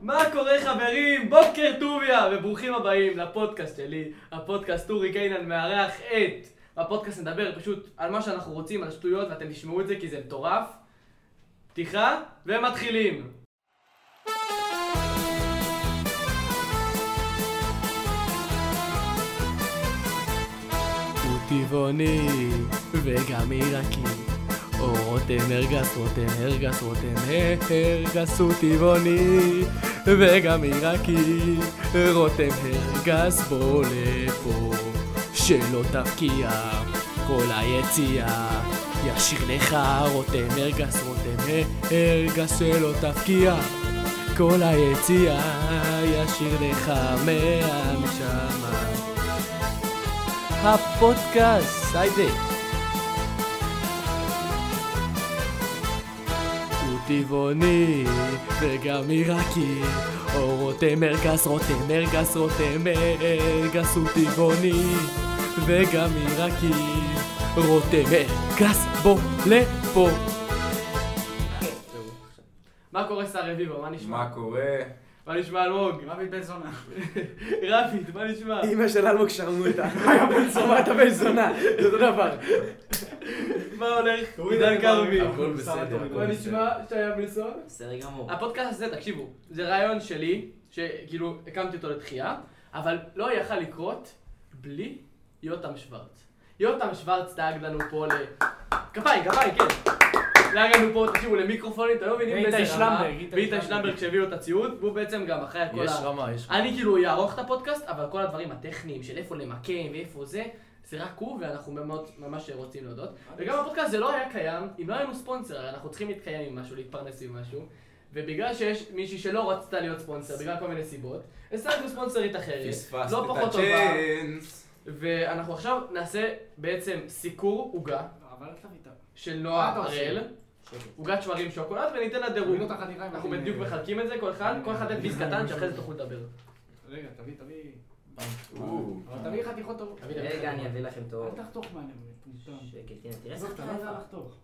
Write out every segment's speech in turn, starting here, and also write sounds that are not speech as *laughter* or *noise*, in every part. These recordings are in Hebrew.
מה קורה חברים? בוקר טוביה! וברוכים הבאים לפודקאסט שלי, הפודקאסט אורי קיינן מארח את... בפודקאסט נדבר פשוט על מה שאנחנו רוצים, על שטויות, ואתם תשמעו את זה כי זה מטורף. פתיחה, ומתחילים. הוא טבעוני, וגם עיראקי. או רותם ארגס, רותם ארגס, רותם ארגס הוא טבעוני, וגם עיראקי. רותם ארגס בוא לפה, שלא תפקיע כל היציאה. ישיר לך רותם ארגס, רותם ארגס, שלא תפקיע כל היציאה. ישיר לך מהנשמה. הפודקאסט, היידה. הוא טבעוני וגם עיראקי או רותם ארגס, רותם ארגס, רותם ארגס הוא טבעוני וגם עיראקי רותם ארגס בוא לפה מה קורה שר רביבו? מה נשמע? מה קורה? מה נשמע אלמוג? רבי בן *laughs* זונה. רפיד, מה נשמע? אימא של אלמוג שרמוטה. *laughs* היה בן זונה, *laughs* אתה בן זונה. זה אותו דבר. מה הולך? תוריד עידן אני קרבי. מעריך, הכל בסדר, הכל מה נשמע? שי אבלסון? בסדר גמור. הפודקאסט הזה, תקשיבו, זה רעיון שלי, שכאילו הקמתי אותו לתחייה, אבל לא יכל לקרות בלי יותם שוורץ. יותם שוורץ דאג לנו פה ל... כפיים, כפיים, כן. דאג לנו פה, תקשיבו, למיקרופונים, אתם לא מבינים ואיתי באיזה רמה. שלמברג, איתי ואיתי שלמברג. שלמברג שהביאו את הציוד, והוא בעצם גם אחראי על כל יש ה... רמה, יש רמה. אני כאילו אערוך את הפודקאסט, אבל כל הדברים הטכניים של איפה למקם ואיפה זה, זה רק הוא, ואנחנו מאוד ממש רוצים להודות. וגם הפודקאסט זה לא היה קיים, אם לא היינו ספונסר, הרי אנחנו צריכים להתקיים עם משהו, להתפרנס עם משהו, ובגלל שיש מישהי שלא רצתה להיות ספונסר, בגלל כל מיני סיבות, השגנו ספונסרית אחרת, פספסת לא את פחות טובה, הצ'אנס. ואנחנו עכשיו נעשה בעצם סיקור עוגה אבל אל תביא את ה... של מה נועה אתה עושה? הראל, עוגת שמרים שוקולד, וניתן לה דירוג. תוריד אותה חתיכה עם אה, אנחנו ה- בדיוק מחלקים את זה, כל אחד, כל אחד יד ביס קטן, שאחרי זה תוכלו לדבר. רגע, תביא, תביא. או, אבל תביא חתיכות טובות. תביא, תביא. רגע, אני אביא לכם את האור. אל תחתוך מהנאום, מטומטם. שקט, הנה, תראה עזוב, איך אתה לא יודע אתה לחתוך.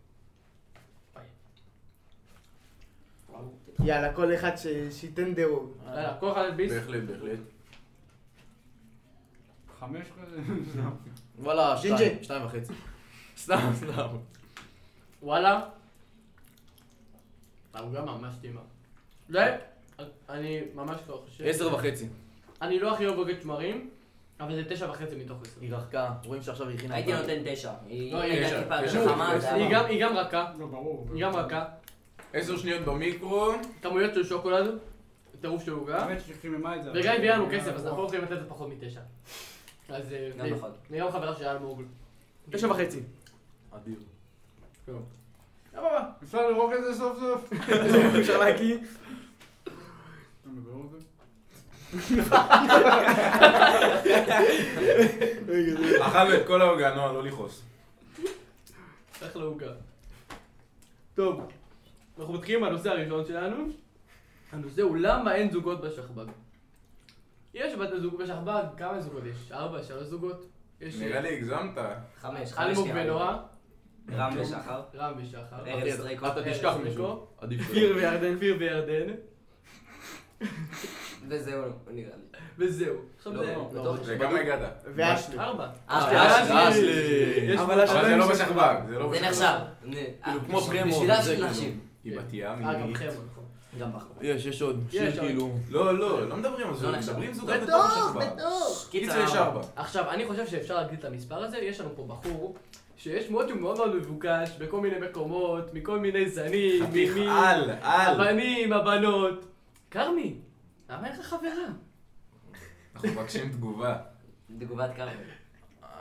יאללה, כל אחד ש- שייתן דירוג. יאללה, כל אחד יד ביס. בהחלט, בהחלט. חמש כזה. *laughs* וואלה, ג'ינג'י. שתיים, שתיים וחצי. סתם, סתם. וואלה. העוגה ממש טעימה. ואני ממש לא חושב... עשר וחצי. אני לא הכי אוהב עוגת שמרים, אבל זה תשע וחצי מתוך עשר. היא רחקה, רואים שעכשיו היא הכינה... הייתי אותה. נותן תשע. היא לא, הייתה תשע, טיפה תשע. יותר חמה, זה היא היה... גם- היא גם רכה, לא, ברור. היא גם רכה. עשר שניות במיקרו. כמויות של שוקולד, טירוף של עוגה. האמת שחיממה את זה. וגם הביאה לנו אבל- כסף, אז נכון. אנחנו לא יכולים לתת פחות מתשע. אז... אה, גם די. נכון. אני גם חברה של אלמוג. תשע וחצי. אדיר. סבבה. אפשר לראות את זה סוף סוף? אפשר להקים? אתה מגרור את זה? אכלנו את כל העוגה, נועה, לא לכעוס. צריך לעוגה. טוב, אנחנו מתחילים מהנושא הראשון שלנו. הנושא הוא למה אין זוגות בשכב"ג. יש בת זוג בשכב"ג, כמה זוגות יש? ארבע, שלוש זוגות? יש נראה לי הגזמת. חמש, חמש אלמוג אוקיי, נראה לי. ונועה, רם ושחר. רם ושחר. ארז ארז, דריקו. אתה ארז תשכח דריקו. מישהו. עדיף. כפיר וירדן. כפיר וירדן, וזהו, נראה לי. וזהו. עכשיו לא, זה... לא, לא, בטוח. וגם אגדה. ואשלי. ארבע. אה, אשלי, אשלי. יש- אבל אבל אשלי זה לא בשכבג, זה לא בשכבג. זה נחשב. נה, כאילו, אה, כמו חרמון, בשבילה זה של כאילו. נשים. היא בת ים. אה, גם היא- חרמון, נכון. גם בחור. יש, יש עוד. יש, שיר כאילו... לא, לא, לא מדברים על זוג, לא נחשב. מדברים זוגות בתוך השכבג. קיצר יש ארבע. עכשיו, אני חושב שאפשר להגדיל את המספר הזה, יש לנו פה בחור שיש מאוד שהוא מאוד מאוד מבוקש בכל מיני מקומות, מכל מיני זנים, חתיך מימין, על, על. הבנים, הבנות. כרמי, למה אין לך חברה? אנחנו מבקשים תגובה. תגובת קרמל.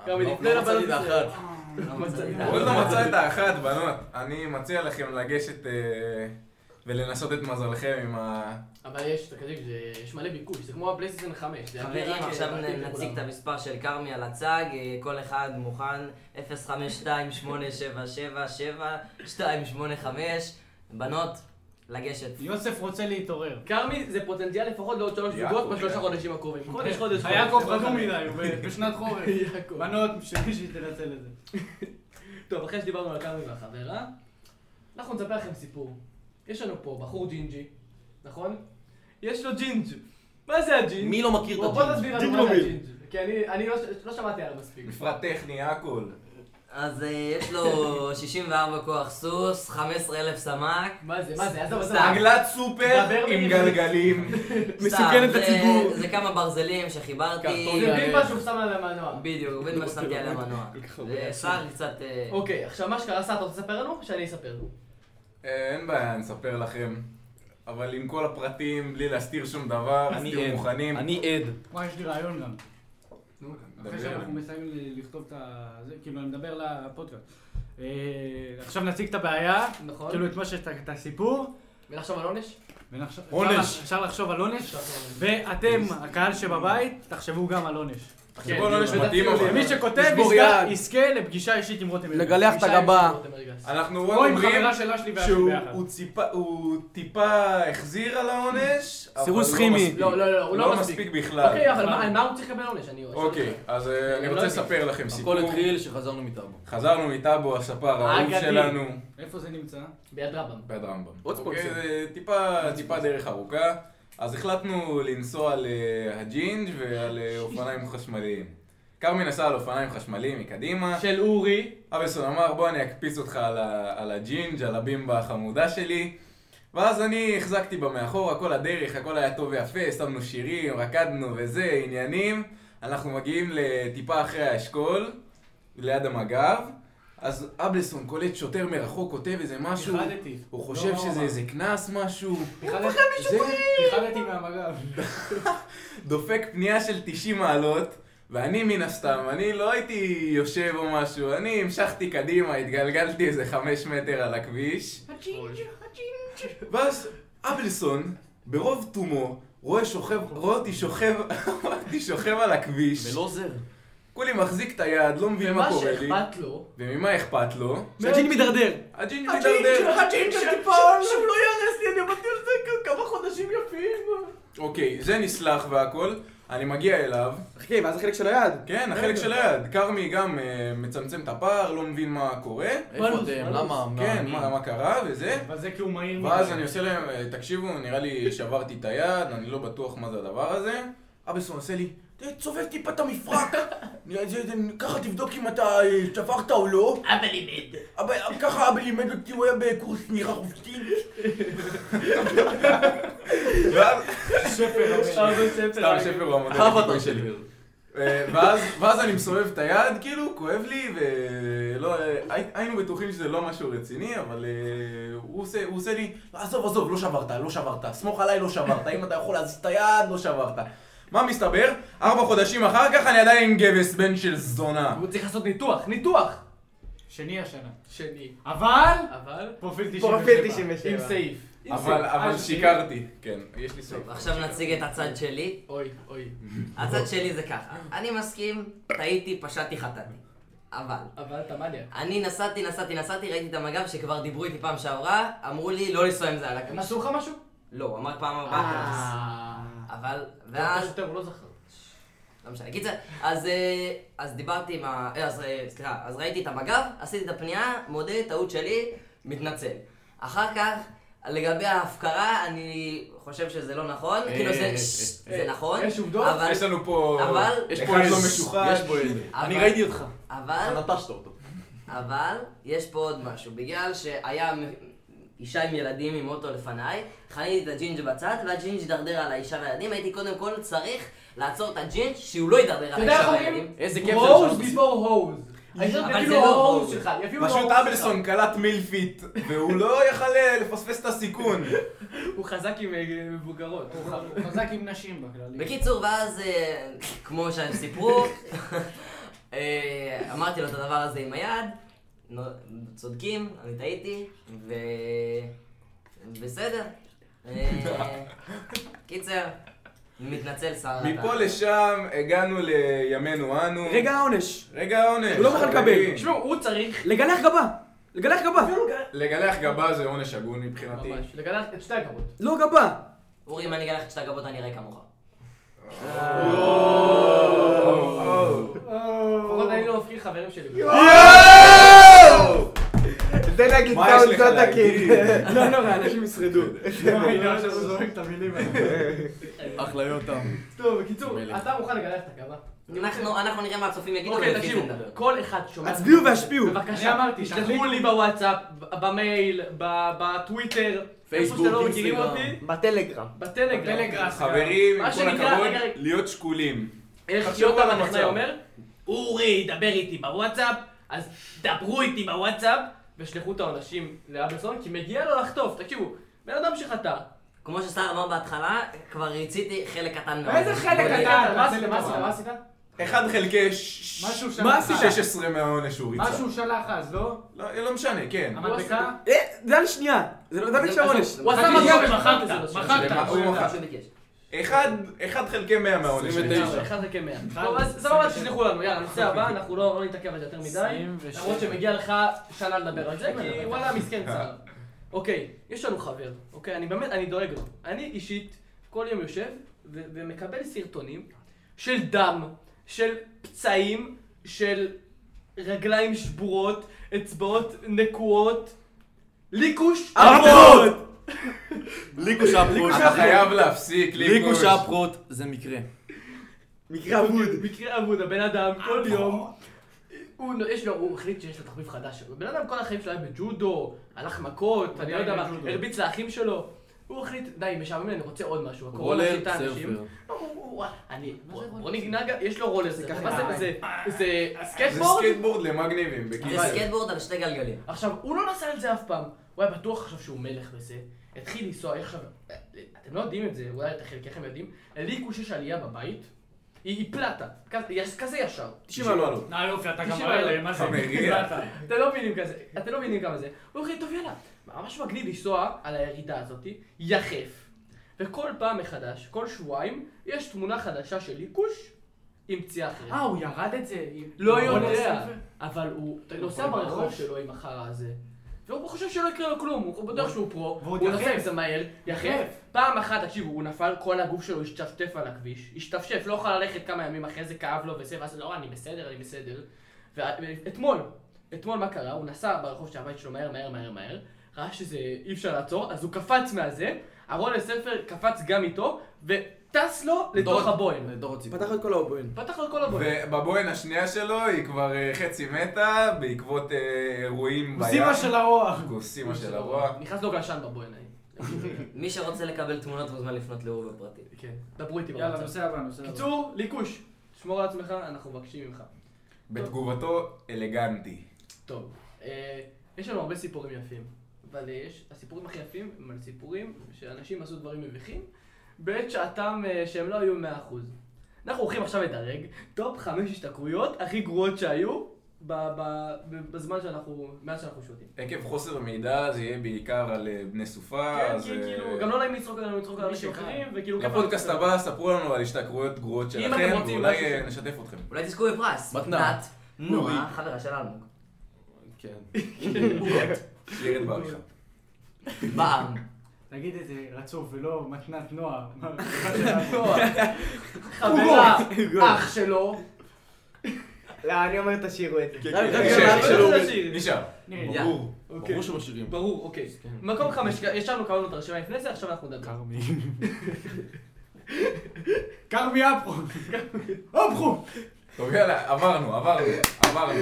גם לא- לפני לא מצאתי לבנות את האחת. לא מצאתי. הוא עוד לא מצא את האחת, בנות. אני מציע לכם לגשת אה, ולנסות את מזלכם עם ה... אבל יש, תקשיב, זה- יש מלא ביקוש, זה כמו הפלייסטיישן 5. זה יגיע חברים, רק, עכשיו אה, בעתיד נציג את לכולם. המספר של כרמי על הצג, אה, כל אחד מוכן 052877725 בנות, לגשת. יוסף רוצה להתעורר. כרמי זה פוטנציאל לפחות לעוד שלוש יעקב, זוגות בשלושה יעקב. חודשים הקרובים. חודש, חודש, חודש. היעקב זה חדום חדש. מדי, הוא ב- בשנת חורף. *laughs* יעקב. בנות, שמישהי תנצל את זה. טוב, אחרי שדיברנו על כרמי והחברה, אנחנו נספר לכם סיפור. יש לנו פה בחור ג'ינג'י, נכון? יש לו ג'ינג'. מה זה הג'ינג'? מי לא מכיר את בוא בוא הג'ינג'? תסביר לנו מה זה הג'ינג'. כי אני- אני לא לא שמעתי עליו מספיק. מפרט טכני, הכל. אז אה, יש לו *laughs* 64 כוח סוס, 15 אלף סמ"ק. מה זה? מה זה? עזוב, עזוב. סתם. עגלת סופר דבר בעברית. עם גלגלים. מסוכנת סתם, זה- לציבור. זה כמה ברזלים זה אה, שחיברתי. בדיוק מה שהוא שם על המנוע. בדיוק, בדיוק מה ששמתי על המנוע. לא, כל כך הרבה זה שר קצת... אה, אוקיי, עכשיו מה שקרה, סע, אתה רוצה לספר לנו? או שאני אספר. אה, אין בעיה, אני אספר לכם. אבל עם כל הפרטים, בלי להסתיר שום דבר, אז אני תהיו עד. מוכנים. אני עד. וואי, יש לי רעיון גם. אחרי דבר שאנחנו אליי. מסיימים ל- לכתוב את ה... זה, כאילו, אני מדבר לפודקאסט. אה, עכשיו נציג את הבעיה, נכון. כאילו את מה ש... את הסיפור, ונחשוב על עונש? ונחש- אפשר עונש. לח- אפשר לחשוב על כן, עונש, אפשר לחשוב על עונש. ואתם, הקהל שבבית, תחשבו גם על עונש. כן, תחשבו על עונש מתאים לא, אבל. מי שכותב לשבור יזכה- יד. יזכה לפגישה אישית עם רותם. לגלח. פתח את אישה עם הגבה. רותם ארגס. אנחנו או עוד עם אומרים חברה שלה שלי ואחי שהוא ביחד. הוא ציפה- הוא טיפה החזיר על העונש, אבל סירוס לא כימי. מספיק. לא, לא, לא, הוא לא מספיק. מספיק בכלל. אוקיי, אבל מה- על מה הוא צריך לקבל עונש? אני אוקיי, אז אה, אני לא רוצה יודע. לספר לכם סיפור. הכל התחיל שחזרנו מטאבו. חזרנו מטאבו, הספר האהוב האגדי. שלנו. איפה זה נמצא? ביד רבם. בעד הרמב"ם. עוד ספונסר. אוקיי, זה טיפה, טיפה דרך ארוכה. אז החלטנו לנסוע על אה, הג'ינג' ועל אה, אופניים חשמליים. כרמי נסע על אופניים חשמליים מקדימה. של אורי. אבסון אמר, בוא אני אקפיץ אותך על, ה- על הג'ינג', על הבימבה החמודה שלי. ואז אני החזקתי בה מאחורה, כל הדרך, הכל היה טוב ויפה, שמנו שירים, רקדנו וזה, עניינים. אנחנו מגיעים לטיפה אחרי האשכול, ליד המג"ב. אז אבלסון קולט שוטר מרחוק, כותב איזה משהו. נחרדתי. הוא חושב לא, שזה לא, איזה קנס משהו, נחרדתי- זה נחרדתי מהמג"ב. דופק פנייה של 90 מעלות, ואני מן הסתם, אני לא הייתי יושב או משהו, אני המשכתי קדימה, התגלגלתי איזה 5 מטר על הכביש, ואז אבלסון, ברוב תומו, רואה שוכב, רואה אותי שוכב, *laughs* רואה אותי שוכב על הכביש, ולא עוזר. כולי כולי מחזיק את היד, לא מבין ומה מה קורה לי, שאכפת לו, וממה אכפת לו? שהג'ין מידרדר. הג'ינג' מידרדר. הג'ינג' שתיפול! שהוא לא יהרס לי, אני אמרתי על זה כמה חודשים יפים. אוקיי, זה נסלח והכל, אני מגיע אליו, חכה, ואז החלק של היד. כן, החלק של היד. כרמי גם אה, מצמצם את הפער, לא מבין מה קורה. איפה אתם? למה? מה? כן, מי? מה מה קרה וזה. אבל זה כי הוא מהיר. ואז מדי. אני עושה להם, אה, תקשיבו, נראה לי שברתי את היד, אני לא בטוח מה זה הדבר הזה. אבסון עושה לי, "ת- צובב טיפה את המפרק. *laughs* נראה, זה- זה- ככה תבדוק אם אתה אה, שברת או לא. אבא לימד. אבא, ככה אבא לימד אותי, הוא היה בקורס נהירה חופשית. ואז *laughs* סתם שפר הוא המודל החיקוי שלי. אה, ואז- ואז אני מסובב את היד, כאילו, כואב לי, ולא, אה, הי- היינו בטוחים שזה לא משהו רציני, אבל אה, הוא עושה- הוא עושה לי, עזוב, עזוב, לא שברת, לא שברת, סמוך עליי, לא שברת, אם אתה יכול להזיז את היד, לא שברת. מה מסתבר? ארבע חודשים אחר כך אני עדיין עם גבס, בן של זונה. הוא צריך לעשות ניתוח, ניתוח! שני השנה. שני. אבל... אבל? פרופיל 97. פרופיל עם 97. סעיף. עם אבל סעיף. אבל אז- שיקרתי, כן, אה, יש לי סוף. טוב, עכשיו נציג את הצד שלי. אוי, אוי. הצד שלי זה ככה. אני מסכים, טעיתי, פשעתי, חטאתי. אבל... אבל אתה מניאק. אני נסעתי, נסעתי, נסעתי, ראיתי את המג"ב שכבר דיברו איתי פעם שעברה, אמרו לי לא לנסוע עם זה על הם הכביש. עשו לך משהו? לא, הוא אמר פעם הבאה. אה. אבל, ואז, השוטר, הוא לא זכר. לא משנה, קיצר, אז, אה, אז דיברתי עם ה... אה, אז, אה, סליחה, אז ראיתי את המג"ב, עשיתי את הפנייה, מודה, טעות שלי, מתנצל. אחר כך, לגבי ההפקרה, אני חושב שזה לא נכון, אה, כאילו אה, זה, אה, ששש, אה, זה נכון, יש עובדות? אבל, יש לנו פה... אבל- יש יש פה פה אחד איזה- לא משוחד. יש פה איזה. אבל- אני ראיתי אותך. אבל, אתה נטשת אותו. אבל יש פה עוד משהו, בגלל שהיה מ- אישה עם ילדים עם אוטו לפניי, חניתי את הג'ינג' בצד, והג'ינג' הידרדר על האישה והילדים, הייתי קודם כל צריך לעצור את הג'ינג' שהוא לא יידרדר אתה על יודע איך האישה אומרים? והילדים. איזה כיף זה רוז עכשיו ביפור הוז. אני חושב אבל שזה זה אפילו לא ההוז הוז. כאילו שלך, היא אפילו פשוט ההוז אבלסון קלט מילפיט, והוא לא יכל לפספס את הסיכון. שלך. הוא חזק עם אה, מבוגרות. הוא ח- הוא חזק עם נשים בכללי. בקיצור, ואז אה, כמו שהם סיפרו, אה, אמרתי לו את הדבר הזה עם היד, נו, צודקים, אני טעיתי, ו... בסדר. אה, קיצר, מתנצל שר הדת. מפה לשם הגענו לימינו אנו. רגע העונש. רגע העונש. הוא לא מוכן חברים. לקבל. תשמעו, הוא צריך לגלח גבה. לגלח גבה. לגלח גבה זה עונש הגון מבחינתי. ממש לגלח את שתי הכבוד. לא גבה. אורי, אם אני אגלה לך את שתי הגבות, אני אראה כמוך. או. לפחות אני לא מפקיר חברים שלי. יואו! זה נגיד מה סאונד יש לך לא להגיד? תקין. לא נורא, אנשים ישרדו. העיקר שאנחנו זורקים את המילים האלה. אחלה יותם. טוב, בקיצור, מלך. אתה מוכן לגלח את הגבה? אנחנו אנחנו נראה מה הצופים יגידו אוקיי, ולפי זה תקשיבו, נדבר. כל אחד שומע... הצביעו והשפיעו. בבקשה, אני אמרתי, שלחו תחליטו. לי בוואטסאפ, ב- במייל, ב- בטוויטר, איפה פייסבוק, שאתם לא מכירים אינסטגרם. אותי, בטלגרם. בטלגרם. בטלגרם. חברים, עם מה כל שנקרא, הכבוד, רגע, רגע. להיות שקולים. איך תחשבו יותם על הטכנאי המצב. אומר? אורי, דבר איתי בוואטסאפ, אז דברו איתי בוואטסאפ, ושלחו את העונשים לאבלסון, כי מגיע לו לחטוף. תקשיבו, בן אדם שחטא. כמו שסער אמר בהתחלה, כבר ריציתי חלק קטן מאוד. איזה חלק בוא נראה. קטן? מה תעשה עשית? מה עשית? לטובה. מה עשית? אחד חלקי ש- משהו שם. מה עשית? 16 מהעונש הוא ריצה. משהו שלח אז, לא? לא לא משנה, כן. המדבקה? אה, זה על שנייה. זה לא זה ביקשה עונש. הוא עשה מחקתי, משהו מחקתי, ומחקת. מחקתי. למה? הוא מה מחק. שהוא ביקש. אחד, אחד חלקי 100 מהעונש. הוא ריצה. 29. אחד חלקי מאה. טוב, אז סבבה, תשלחו לנו, יאללה, נושא הבא, אנחנו לא לא נתעכב על זה יותר מדי. למרות שמגיע לך שנה לדבר על זה, כי וואלה, מסכן צער. אוקיי, יש לנו חבר, אוקיי? אני באמת, אני דואג לו. אני אישית כל יום יושב ו- ומקבל סרטונים של דם, של פצעים, של רגליים שבורות, אצבעות נקועות, ליקוש. אה, אפרוט! ליקוש אפרוט. אתה חייב להפסיק, ליקוש אפרוט זה מקרה. מקרה אבוד. מקרה אבוד, הבן אדם כל יום, אה, נכון. הוא, יש לו, הוא החליט שיש לו תחביב חדש, הבן אדם כל החיים שלו היה בג'ודו, הלך מכות, אני לא יודע מה, בג'ודו. הרביץ לאחים שלו, הוא החליט, די, משעמם לי, אני רוצה עוד משהו, הקורונה רולר הפחיתה אנשים. לא, סרפר. הוא- הוא- הוא- אני, רוני נגה, יש לו רולר, זה ככה מה זה, נראה. זה, זה זה סקייטבורד? סקייטבורד למגניבים, זה בקיצור. סקייטבורד על שתי גלגלים. עכשיו, הוא לא נסע על זה אף פעם. הוא היה בטוח עכשיו שהוא מלך וזה. התחיל לנסוע, איך עכשיו... אתם לא יודעים את זה, אולי את חלקכם יודעים. לליקוש יש עלייה בבית, היא היא פלטה. כזה- יש- כזה ישר. 90 מעלות. נא יופי, לא, אתה גם תשעים מראה אלף. להם, מה זה? מריע. אתה. אתם לא מבינים כזה, אתם לא מבינים כמה זה. הוא החליט, טוב יאללה, ממש מגניב לנסוע על הירידה הזאת, יחף. וכל פעם מחדש, כל שבועיים, יש תמונה חדשה של ליקוש עם פציעה אחרת. אה, הוא ירד את זה? עם- לא עם רולר יודע, סרפר? אבל הוא נוסע יכול ברחוב בראש? שלו עם החרא הזה. והוא לא חושב שלא יקרה לו כלום, הוא בטוח שהוא פרו, ועוד הוא יחף. נוסע עם זה מהר, יחף. יחף. פעם אחת, תקשיבו, הוא נפל, כל הגוף שלו השתפשף על הכביש, השתפשף, לא יכול ללכת כמה ימים אחרי זה, כאב לו וזה, ואז לא, אני בסדר, אני בסדר. ואתמול, אתמול מה קרה? הוא נסע ברחוב של הבית שלו מהר, מהר, מהר, מהר, ראה שזה אי אפשר לעצור, אז הוא קפץ מהזה, הרולר ספר קפץ גם איתו, וטס לו לתוך דור- הבוהן. דור הציבור. פתח את כל האובוין. פתח לו את כל הבוהן. ובבוהן השנייה שלו היא כבר אה, חצי מתה בעקבות אה, אירועים בים. מסיבה של הרוח. גוסימה של הרוע. נכנס לו גלשן בבוהן. ההיא. מי שרוצה לקבל תמונות מוזמן לפנות לאורי בפרטי. כן, דברו איתי יאללה, בוואטסאפ. נושא הבא, נושא הבא. קיצור, ליקוש. תשמור על עצמך, אנחנו מבקשים ממך. בתגובתו אלגנטי. טוב, אה, יש לנו הרבה סיפורים יפים, אבל אה, יש, הסיפורים הכי יפים הם על סיפורים שאנשים עשו דברים מביכים בעת שעתם אה, שהם לא היו 100%. אנחנו הולכים עכשיו לדרג טופ חמש השתכרויות הכי גרועות שהיו ב- ב- ב- בזמן שאנחנו, מאז שאנחנו שותים. עקב חוסר מידע זה יהיה בעיקר על אה, בני סופה. כן, אז, כי אה, כאילו, גם לא נעים לצחוק עלינו, לצחוק על מי אנשים שכאן. אחרים, וכאילו... כיף לנו לפודקאסט לצחוק. הבא ספרו לנו על השתכרויות גרועות אם אתם שלכם, רוצים ואולי משהו אה, ש- נשתף אתכם. אולי תזכו בפרס. מתנת. מתנת. נועה, חברה של אלמוג. כן. *laughs* ילד בעריכה. בעם. תגיד את זה רצוף ולא מתנת נוער. חברה, אח שלו. לא, אני אומר תשאירו את זה. כן, רק- נשאר, רק- נשאר. רק- רק- נשאר. נראה. ברור. אוקיי. ברור שמשאירים. ברור, אוקיי. כן. מקום חמש, ישבנו, קראנו את הרשימה לפני זה, עכשיו אנחנו נדבר. כרמי. כרמי אפרו. אפרו. טוב יאללה, עברנו, עברנו, עברנו.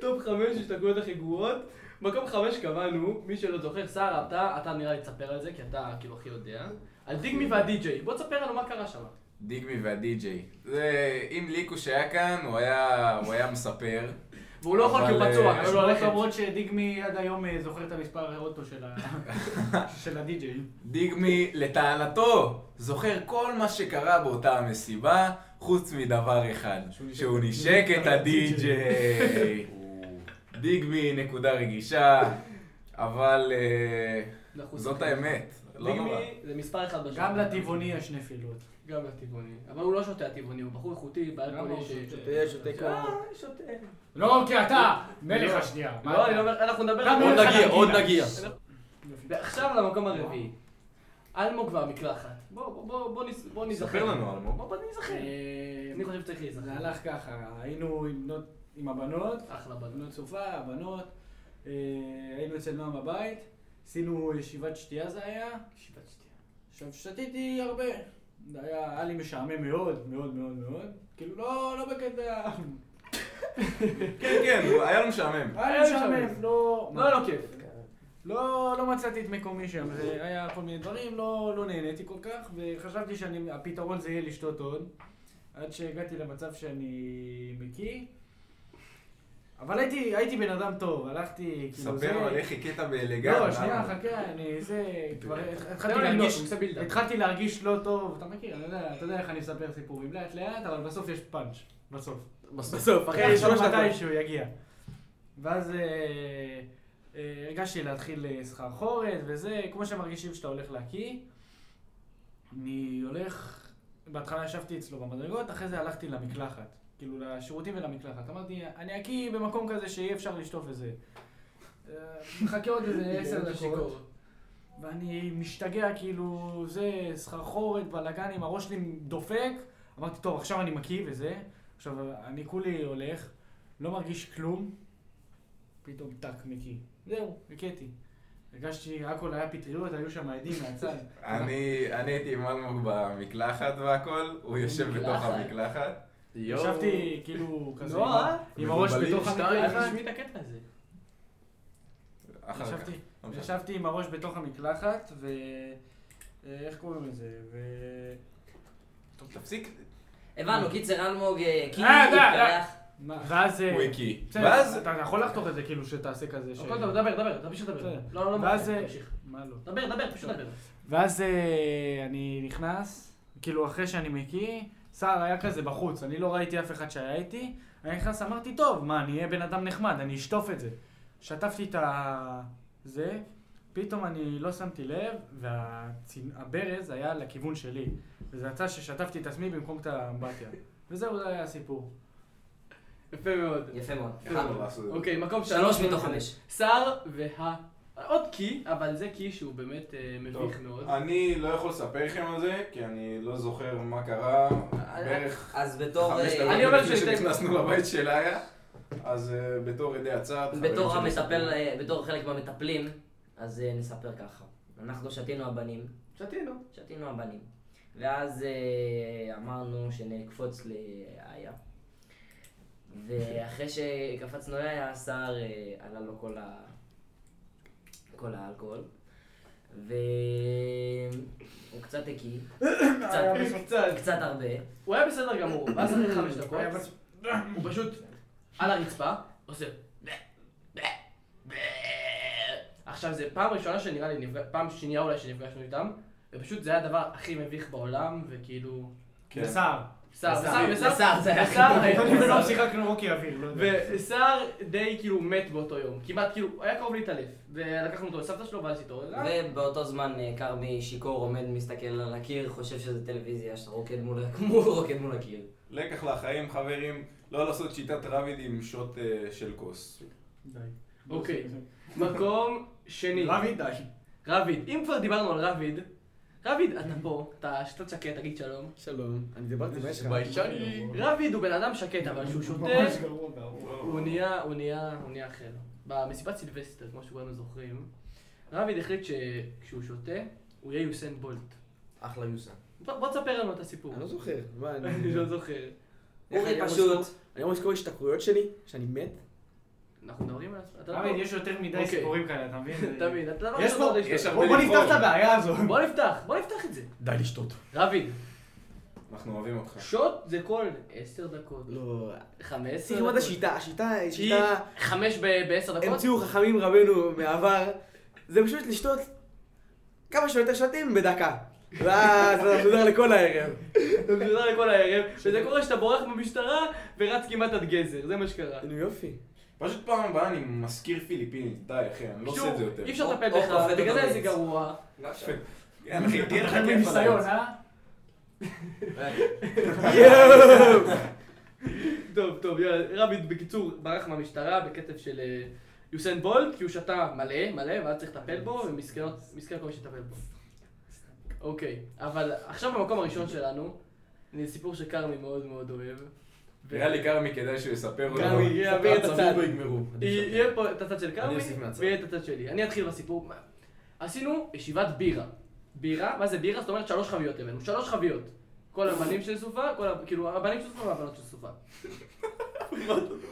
טופ חמש השתגעויות הכי גרועות. מקום חמש קבענו, מי שלא זוכר, סער, אתה, אתה נראה לי תספר על זה, כי אתה כאילו הכי יודע. על דיגמי כן. והדי-ג'יי, בוא תספר לנו מה קרה שם. דיגמי והדי-ג'יי. זה, אם ליקוש היה כאן, הוא היה, הוא היה מספר. והוא לא יכול כי הוא אבל, פצוע, אה, קשה לו ללכת. למרות שדיגמי עד היום אה, זוכר את המספר אוטו של ה- *laughs* של הדי-ג'יי. דיגמי, לטענתו, זוכר כל מה שקרה באותה המסיבה, חוץ מדבר אחד, שהוא נשק את הדי-ג'יי. *laughs* דיגמי, נקודה רגישה, אבל אה, אנחנו זאת שחקנים. האמת, לא נורא. דיגמי זה מספר אחד בשם. גם לטבעוני יש נפילות. גם לטבעוני. אבל הוא לא שותה הטבעוני, הוא בחור איכותי, למה באלכוהול הוא יש... שותה? אה, שותה אה, קור. שותה. לא, כי אתה מלך השנייה. לא, אני לא אומר, אנחנו נדבר על גם עוד זה. נגיע, עוד נגיע. ועכשיו למקום הרביעי. אלמוג והמקלחת. בוא, בוא, בוא, בוא, נז- בוא נזכר. ספר לנו, אלמוג. בוא, בוא נזכר. אה, אני חושב שצריך להיזכר. זה הלך ככה, היינו עם בנות- עם הבנות, אחלה בנות. בנות סופה, הבנות, אה, היינו אצל נועם בבית, עשינו ישיבת שתייה זה היה. ישיבת שתייה. עכשיו, שתיתי הרבה. זה היה, היה לי משעמם מאוד, מאוד, מאוד, מאוד. כאילו, לא, לא בקטע... כן, כן, הוא- היה לו משעמם. היה היה לי משעמם. משעמם, לא... לא, לא כיף. לא, לא מצאתי את מקומי שם, זה היה כל מיני דברים, לא, לא נהניתי כל כך, וחשבתי שהפתרון זה יהיה לשתות עוד, עד שהגעתי למצב שאני מקיא. אבל הייתי, הייתי בן אדם טוב, הלכתי, כאילו זה... ספר על איך חיכית באלגנט. לא, שנייה, למה? חכה, אני זה... כבר תן התחלתי לו לבנות, הוא להרגיש... עושה בילדה. התחלתי להרגיש לא טוב, אתה מכיר, אני יודע, אתה יודע איך אני מספר סיפורים, לאט לאט, אבל בסוף יש פאנץ', בסוף. בסוף, אחרי כן, שלוש כן, שלוש דקות. מתישהו יגיע. ואז אה, אה, הרגשתי להתחיל אה, סחרחורת וזה, כמו שמרגישים שאתה הולך להקיא. אני הולך, בהתחלה ישבתי אצלו במדרגות, אחרי זה הלכתי למקלחת. כאילו לשירותים ולמקלחת. אמרתי, אני אקיא במקום כזה שאי אפשר לשטוף את זה. אה, מחכה עוד *laughs* איזה כן, עשר דקות. ואני משתגע, כאילו, זה סחרחורת, בלאגן, עם הראש שלי דופק. אמרתי, טוב, עכשיו אני מקיא וזה. עכשיו, אני כולי הולך, לא מרגיש כלום, פתאום טאק, מקיא. זהו, הכיתי. הרגשתי, הכל היה פטריות, היו שם עדים *laughs* מהצד. אני אני הייתי עם אלמוג במקלחת והכל, הוא יושב בתוך מקלחת. המקלחת. ישבתי, כאילו, כזה, לא, עם- אה? עם הראש מבולבלים, בתוך שתיים, המקלחת. תשמעי את הקטע הזה. אחר כך. ישבתי, לא משנה. ישבתי עם הראש בתוך המקלחת, ו... אה, איך קוראים לזה? ו... טוב, תפסיק. הבנו, קיצר אלמוג, אה, קינלי, אה, די, די. התקלח. ואז... אה, הוא הקיא. בסדר, ואז אתה אתה יכול לחתוך את זה, כאילו, שתעשה כזה ש... הכל אוקיי, טוב, דבר, דבר, תמשיך לדבר. בסדר. לא, לא, ואז, לא, אה, תמשיך. מה לא? דבר, דבר, פשוט דבר. ואז אה, אני נכנס, כאילו אחרי שאני מקיא, סער היה כזה בחוץ, אני לא ראיתי אף אחד שהיה איתי, אני נכנס, אמרתי, טוב, מה, אני אהיה בן אדם נחמד, אני אשטוף את זה. שטפתי את ה... זה, פתאום אני לא שמתי לב, והברז היה לכיוון שלי, וזה יצא ששטפתי את עצמי במקום את האמבטיה. וזהו, זה היה הסיפור. יפה מאוד. יפה מאוד. יפה מאוד לעשות את זה. אוקיי, מקום שלוש שלוש מתוך חמש. סער וה... עוד קי, אבל זה קי שהוא באמת אה, מביך מאוד. אני לא יכול לספר לכם על זה, כי אני לא זוכר מה קרה בערך אז בתור... חמש אה, אני אומר דקות לפני שניתן- שנכנסנו לבית של איה. אז אה, בתור עדי הצד. חברים בתור שלי המטפל, סיפרו. אה, בתור חלק מהמטפלים, אז אה, נספר ככה. אנחנו שתינו הבנים, שתינו. שתינו הבנים. ואז אה, אמרנו שנקפוץ לאיה. ואחרי שקפצנו לאיה, סער אה, עלה לו כל, ה... כל האלכוהול. והוא קצת הקיא, קצת, קצת. קצת הרבה. הוא היה בסדר *coughs* גמור, ואז אחרי חמש דקות, הוא פשוט על הרצפה, עושה... עכשיו זה פעם ראשונה שנראה לי, נפג- פעם שנייה אולי שנפגשנו איתם, ופשוט זה היה הדבר הכי מביך בעולם, וכאילו... כן. וסער. סער, וסער, וסער, וסער, זה היה הכי ולא וסער, שיחקנו רוקי אוויר, לא יודע. וסער לא די כאילו מת באותו יום, כמעט כאילו, הוא היה קרוב להתעלף, ולקחנו אותו לסבתא שלו ואז התעוררה. ובאותו זמן אה, כרמי שיכור עומד, מסתכל על הקיר, חושב שזה טלוויזיה, שאתה רוקד מול, *laughs* כמו רוקד מול הקיר. לקח לחיים, חברים, לא לעשות שיטת רביד עם שוט אה, של כוס. די. לא אוקיי. מקום שני, רב מדי. רביד. אם כבר דיברנו על רביד, רביד, אתה פה, אתה שתות שקט, תגיד שלום. שלום. אני דיברתי מה יש לך? ביישני. לא רביד הוא בן אדם שקט, אבל כשהוא ממש שותה, גרוע גרוע. הוא נהיה, הוא נהיה, הוא נהיה אחר. במסיבת סילבסטר, כמו שכולנו זוכרים, רביד החליט שכשהוא שותה, הוא יהיה יוסיין בולט. אחלה יוסה. בוא בוא תספר לנו את הסיפור. אני לא זוכר. מה, אני לא זוכר. אורי אני פשוט, אני ממש קורא השתכרויות שלי, שאני מת. אנחנו מדברים על... אתה תמיד לא- יש יותר מדי אוקיי. סיפורים כאלה, אתה *laughs* מבין? תמיד, אתה לא יש אתה פה- לא יודע יש שאתה- הרבה בוא בוא נפתח לבחור. את הבעיה *laughs* הזו. בוא נפתח, בוא נפתח את זה. די לשתות. רביד, אנחנו אוהבים אותך. שוט זה כל עשר דקות. לא. חמש עשר צריך ללמוד את השיטה, השיטה היא שהיא שיטה... חמש ב- בעשר דקות? המציאו חכמים רבנו מהעבר. זה פשוט לשתות כמה שיותר שותים בדקה. ואז אתה מסודר לכל הערב. אתה מסודר לכל הערב, וזה קורה שאתה בורח במשטרה ורץ כמעט עד גזר, זה מה שקרה. נו יופי. פשוט פעם הבאה אני מזכיר פיליפינית, די אחי, אני לא עושה את זה שוב, יותר. אי אפשר או- לטפל או בך, קופאת בגלל זה אותו זה בעץ. גרוע. כן, אחי, *laughs* תהיה לך אתם כיף על מניסיון, הארץ. אה? אה? יואו! טוב, טוב, יאללה, רביד בקיצור ברח מהמשטרה בקצב של אה, יוסיין בולט, כי הוא שתה מלא, מלא, ואז צריך לטפל בו, ומסכנות, מסכן כל מי שטפל בו. אוקיי, אבל עכשיו במקום הראשון שלנו, זה סיפור שכרמי מאוד מאוד אוהב. נראה לי כרמי כדאי שהוא יספר אותו. כרמי, יעביר את הצד. הצבים פה יגמרו. יהיה יהיה פה את הצד של כרמי, אוסיף מהצד. ויהיה את הצד שלי. אני אתחיל בסיפור. מה- עשינו ישיבת בירה. בירה, מה זה בירה? זאת אומרת שלוש חביות הבאנו. שלוש חביות. כל הבנים של סופה, כל ה- כאילו הבנים של סופה והבנות של סופה.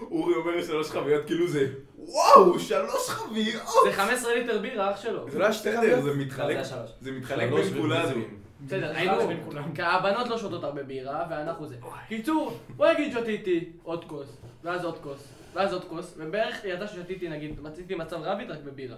אורי אומר שלוש חביות, כאילו זה, וואו, שלוש חביות! זה 15 ליטר בירה, אח שלו. זה לא היה שתי בסדר, חביות? זה מתחלק, לא, זה היה שלוש. זה מתחלק בין כולנו. בסדר, אחד היינו, בין כולם. כי הבנות לא שותות הרבה בירה, ואנחנו זה. קיצור, בוא נגיד שתיתי עוד כוס, ואז עוד כוס, ואז עוד כוס, ובערך ידע ששתיתי, נגיד, מצאתי מצב רבית רק בבירה.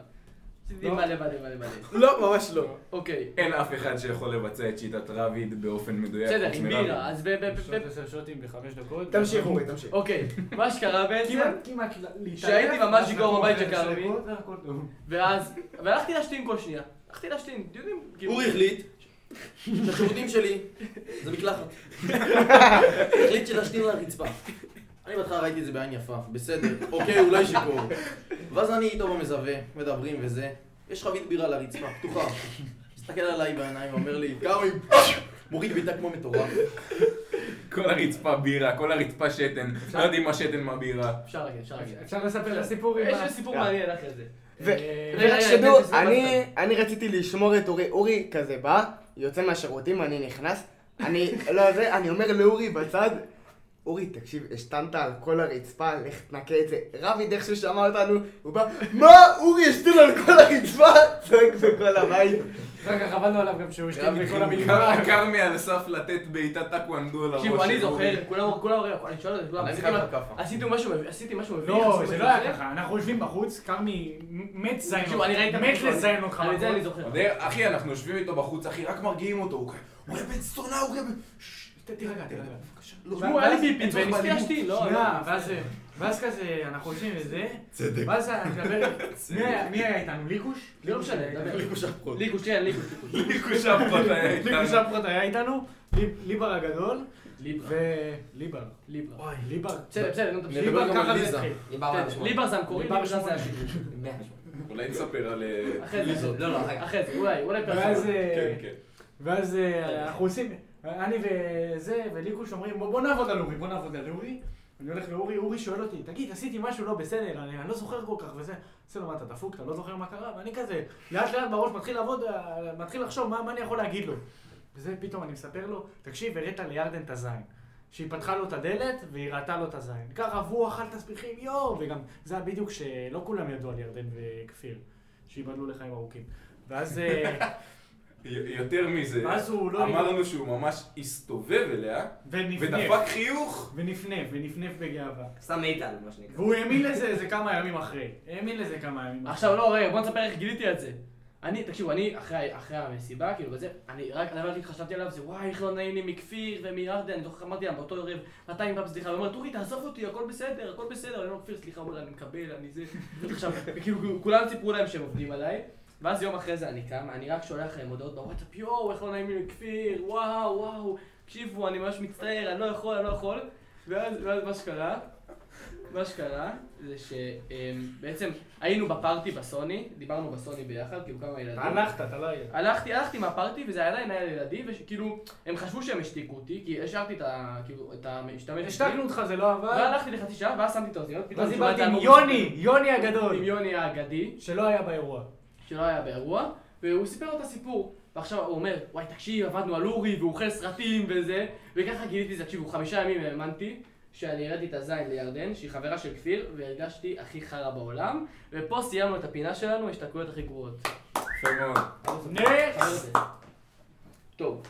עשיתי לא. מלא מלא מלא מלא. לא, ממש לא. אוקיי, אין אף אחד שיכול לבצע את שיטת רביד באופן מדויק. בסדר, חוץ עם מרביד. בירה, אז ב... ב- ב- שעות ב- עשר שוטים בחמש דקות. אה? תמשיך, אורי, תמשיך. אוקיי, מה שקרה בעצם, כמעט, כמעט להתעלף. כשהייתי ממש שיכור בבית של עשר כרמי. דקות, והכל *laughs* טוב. ואז, והלכתי להשתין כל שנייה. הלכתי להשתין, אתם יודעים, כאילו- אורי החליט שהשירותים שלי זה מקלחת. החליט שלהשתין על הרצפה. אני בהתחלה ראיתי את זה בעין יפה, בסדר, אוקיי, אולי *laughs* שיכור. ואז אני איתו במזווה, מדברים וזה, יש חבית בירה על הרצפה, פתוחה. מסתכל עליי בעיניים ואומר לי, קרמי, מוריד בעיטה כמו מטורף. כל הרצפה בירה, כל הרצפה שתן, לא יודעים מה שתן מה בירה. אפשר להגיד, אפשר להגיד. אפשר לספר את הסיפור עם יש ה- לי סיפור מעניין אחרי זה. ו- אה, רגע, רק רגע, שתדעו, רגע, רגע, אני- רגע. אני רציתי לשמור את אורי. אורי כזה בא, יוצא מהשירותים, אני נכנס. אני, לא זה, אני אומר לאורי בצד, אורי, תקשיב, השתנת על כל הרצפה, לך תנקה את זה. רביד איכשהו שמע אותנו, הוא בא, מה, אורי השתין על כל הרצפה? צועק בכל הבית. אחר כך עבדנו עליו גם שהוא השתין בכל המילים. כר- כרמי על סף לתת בעיטת טקוונדו על הראש. תקשיבו, אני של אורי. זוכר, כולם, כולם, אני שואל את כולם, אני עשיתם חייב מה- הכאפה. עשיתם משהו מביך, עשיתי משהו *laughs* מביך, לא, עשיתם זה משהו לא היה מביך? ככה, אנחנו יושבים בחוץ, כרמי מת זיין תקשיבו, אותך, אני ראיתי את מת הביטחון. לזיין אותך. נכון? על זה בכל- אני זוכר. לא, אתה יודע, אחי, אנחנו יושבים איתו בחוץ, אחי, רק מרגיעים אותו. הוא כזה, הוא היה בן זונה, הוא היה בן... ששש, ת- תירגע, תירגע. לא, תשמעו, היה לי אין ביפי, צורך וניסיתי באלימות. להשתין, לא, לא. שנייה, ואז- ואז כזה, אנחנו יושבים וזה, צדק. ואז אני מדבר, מי היה- מי היה איתנו? ליקוש? לא משנה, דבר. ליקוש הפרוט. ליקוש, כן, ליקוש, ליקוש. ליקוש הפרט היה איתנו. ליקוש הפרוט היה איתנו, ליב- ליבר הגדול, ליברה, וליבר. ליברה. אוי, ליבר. בסדר, בסדר, נו, תמשיך. נדבר ליבר גם ככה על זה ליזה. כן, התחיל. דיברנו על בסדר, שמונה. ליבר זה המקורי, ליבר ליבר זה שמונה. השני. מאה ושמונה. אולי נספר על... אה, אחרי זה, לא, לא, אחרי זה, אולי, אולי פרק. ואז, הבא. כן, אה, כן. ואז אה, אנחנו עושים, אני וזה, וליקוש אומרים, בוא בוא נעבוד על אורי, בוא נעבוד על אורי. אני הולך לאורי, אורי שואל אותי, תגיד, עשיתי משהו לא בסדר, אני אני לא זוכר כל כך וזה. עושה לו, מה, אתה דפוק, אתה לא זוכר מה קרה? ואני כזה, לאט לאט בראש מתחיל לעבוד, אה, מתחיל לחשוב מה מה אני יכול להגיד לו. וזה פתאום אני מספר לו, תקשיב, הראת לירדן את הזין. שהיא פתחה לו את הדלת והיא ראתה לו את הזין. ככה, והוא אכל תסביכים, יואו! וגם, זה היה בדיוק שלא כולם ידעו על ירדן וכפיר, שייבדלו לחיים ארוכים. ואז... אה, י- יותר מזה, ואז הוא לא- אמרנו שהוא ממש הסתובב אליה, ונפנף, ודפק חיוך. ונפנף, ונפנף בגאווה. סתם מעיט עליו, מה שנקרא. והוא האמין לזה איזה כמה ימים אחרי. האמין לזה כמה ימים אחרי. עכשיו לא, רגע, בוא נספר איך גיליתי את זה. אני, תקשיבו, אני אחרי, אחרי המסיבה, כאילו וזה, אני רק הדבר היחיד שחשבתי עליו זה וואי, איך לא נעים לי מכפיר ומירדן, אני זוכר, אמרתי להם באותו ערב 200 פעם סליחה, הוא אומר, אורי, תעזוב אותי, הכל בסדר, הכל בסדר, אני לא כפיר, סליחה, הוא אומר, אני מקבל, אני זה, עכשיו, *laughs* כאילו, כולם סיפרו להם שהם עובדים עליי, ואז יום אחרי זה אני קם, אני רק שולח להם הודעות בוואטסאפ, יואו, איך לא נעים לי מכפיר, וואו, וואו, תקשיבו, אני ממש מצטער, אני לא יכול, אני לא יכול, ואז, ואז מה שקרה, מה שקרה זה שבעצם היינו בפארטי בסוני, דיברנו בסוני ביחד, כאילו כמה ילדים. הלכת, אתה לא היה. הלכתי, הלכתי מהפארטי וזה עדיין היה ילדים, וכאילו, הם חשבו שהם השתיקו אותי, כי השארתי את ה... כאילו, את המשתמש. השתקנו אותך, זה לא עבד. והלכתי לחצי שעה, ואז שמתי את האוזניות, ואז שומע את דיברתי עם האלמוג יוני, מספר- יוני הגדול, עם יוני האגדי, שלא היה באירוע. שלא היה באירוע, והוא סיפר לו את הסיפור. ועכשיו הוא אומר, וואי, תקשיב, עבדנו על אורי, והוא אוכל סרטים וזה, וככה גיליתי את זה, תקשיבו, חמישה ימים האמנתי. שאני הראיתי את הזין לירדן, שהיא חברה של כפיר, והרגשתי הכי חרא בעולם, ופה סיימנו את הפינה שלנו, השתקעויות הכי גרועות. יפה מאוד. נקסט! טוב,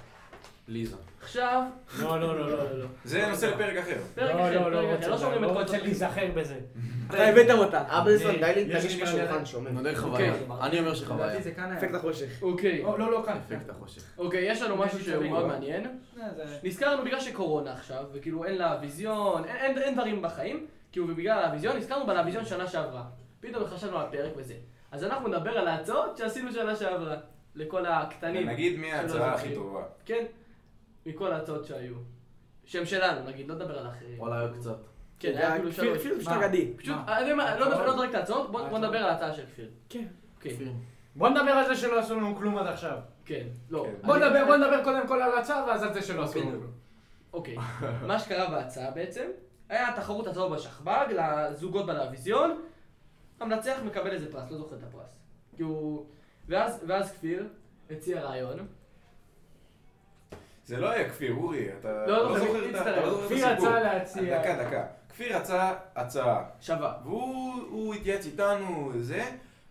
ליזה. עכשיו... לא, לא, לא, לא. לא, לא. זה נושא לפרק אחר. פרק אחר, פרק אחר, לא שומעים את כל רוצה התוכנית. להיזכר בזה. אתה הבאת אותה. אבלסון, אה, די יש להתנגש לי כאן- בשולחן, שומם. נודה אוקיי. חוויה. אני אומר שחוויה. לדעתי זה כאן היה. אפקט החושך. אוקיי, או, לא, לא, כאן. אפקט החושך. אוקיי, יש לנו משהו שהוא מאוד מעניין. אה, זה- נזכרנו בגלל שקורונה עכשיו, וכאילו אין לה ויזיון, אין- אין אין דברים בחיים, כאילו ובגלל הוויזיון, נזכרנו בלוויזיון שנה שעברה. פתאום חשבנו על הפרק וזה. אז אנחנו נדבר על ההצעות שעשינו שנה שעברה, לכל הקטנים. כן, נגיד מי ההצעה הכי טובה. כן, מכל ההצעות שהיו. שהם שלנו, נגיד, לא נדבר על האחרים. וואלה, היה קצת. כן, היה כאילו אה, כפיר- שלוש. כפיר פשוט מה? אגדי. פשוט, מה? אה, אני מה, לא נדבר- הצעות? לא נדרג את ההצעות, בוא בוא ההצעות? נדבר על ההצעה של כפיר. כן. אוקיי, בוא נדבר על זה שלא עשו לנו כלום עד עכשיו. כן, לא. כן. בוא אני- נדבר, בוא נדבר קודם כל על ההצעה, ואז על זה שלא עשו לנו בדיוק. כלום. אוקיי, מה שקרה בהצעה בעצם, היה התחרות הזו בשכב"ג, לזוגות בלאוויזיון, המנצח מקבל איזה פרס, לא זוכר את הפרס. כי הוא... ואז, ואז כפיר הציע רעיון. זה לא היה כפיר, אורי, אתה לא, לא, לא זה זוכר את ה- מצטער. אתה לא זוכר את כפיר הסיפור. רצה להציע. דקה, דקה. כפיר רצה הצעה. שווה. והוא הוא התייעץ איתנו, זה.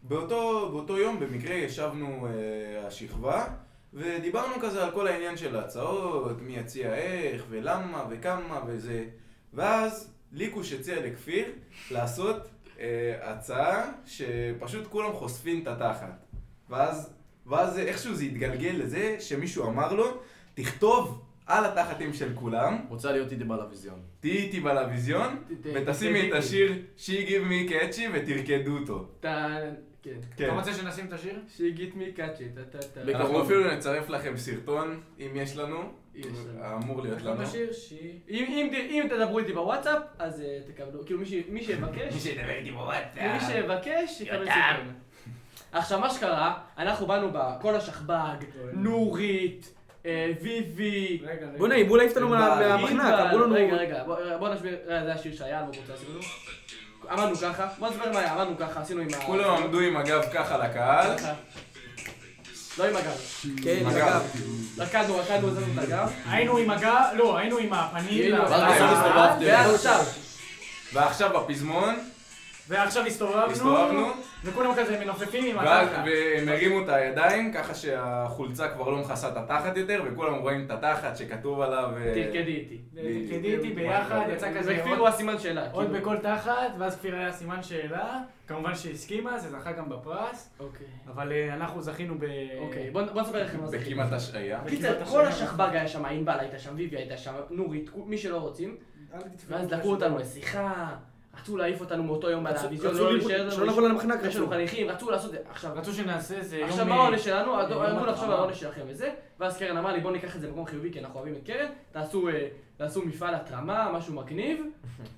באותו, באותו יום במקרה ישבנו אה, השכבה ודיברנו כזה על כל העניין של ההצעות, מי יציע איך ולמה וכמה וזה. ואז ליקוש הציע לכפיר לעשות אה, הצעה שפשוט כולם חושפים את התחת. ואז, ואז איכשהו זה התגלגל לזה שמישהו אמר לו, תכתוב על התחתים של כולם, רוצה להיות איתי בלוויזיון. תהיי איתי בלוויזיון, ת- ת- ותשימי את תגידי. השיר She Give Me Catchy ותרקדו אותו. אתה... כן. אתה כן. רוצה שנשים את השיר? שיגית מי קאצ'י, טה טה טה. אנחנו אפילו נצרף לכם סרטון, אם יש לנו, יש לנו. אמור להיות אנחנו לנו. בשיר שיר. אם, אם, אם תדברו איתי בוואטסאפ, אז אה, תקבלו, כאילו מי, ש- מי שיבקש, שידבר איתי מי אה, בוואטסאפ. שיבקש יקבל יותם. סרטון. עכשיו מה שקרה, אנחנו באנו בכל השכב"ג, נורית, אה, ויבי, רגע, רגע. בוא'נה, איבו להעיף אותנו מה- ענבל, מהמחנק, לא- אמרו לנו... רגע, רגע, בוא- בוא נשמיר, אה, זה השיר שהיה, אנחנו רוצים לעשות אותו. עמדנו ככה, בוא נסביר מה היה, עמדנו ככה, עשינו עם ה... כולם עמדו עם הגב ככה לקהל. ככה. לא עם הגב, כן, עם אגב. הגב. רקדנו, רקדנו, עזבנו את הגב, היינו עם הגב, לא, היינו עם הפנים. כאילו, לה- אה, אבל- בסוף הסתובבתם. ואז עכשיו, ועכשיו בפזמון, ועכשיו הסתובבנו. הסתובבנו, וכולם כזה מנופפים עם ואז- התחת. והם הרימו את הידיים ככה שהחולצה כבר לא מכסה את התחת יותר, וכולם רואים את התחת שכתוב עליו... אה, תרקדי איתי. תרקדי איתי ביחד, אה, יצא כזה וכפיר עוד- הוא הסימן שאלה. עוד כאילו. בכל תחת, ואז כפיר היה סימן שאלה. כמובן שהסכימה, זה זכה גם בפרס. אוקיי. אבל אה, אנחנו זכינו ב... אוקיי, בוא בוא נספר לכם מה זה. בכמעט השעיה. קיצר, בכמעט כל השנה. השכב"ג היה שם, ענבל הייתה שם, ויבי הייתה שם, נורית, כו- מי שלא רוצים. אל תדפקו ואז לקחו אותנו לשיחה, רצו להעיף אותנו מאותו יום על האוויזיון, רצו לא לימוד- להישאר. שלא נבוא למחנק, יש לנו רצו. חניכים, רצו לעשות את זה. עכשיו, רצו שנעשה איזה יום... עכשיו מה אה, העונש שלנו? אז יום אמרו לחשוב על התרמה. העונש שלכם וזה, ואז קרן אמר לי בוא ניקח את זה במקום חיובי כי אנחנו אוהבים את קרן, תעשו, אה, תעשו מפעל התרמה, משהו *laughs* מגניב,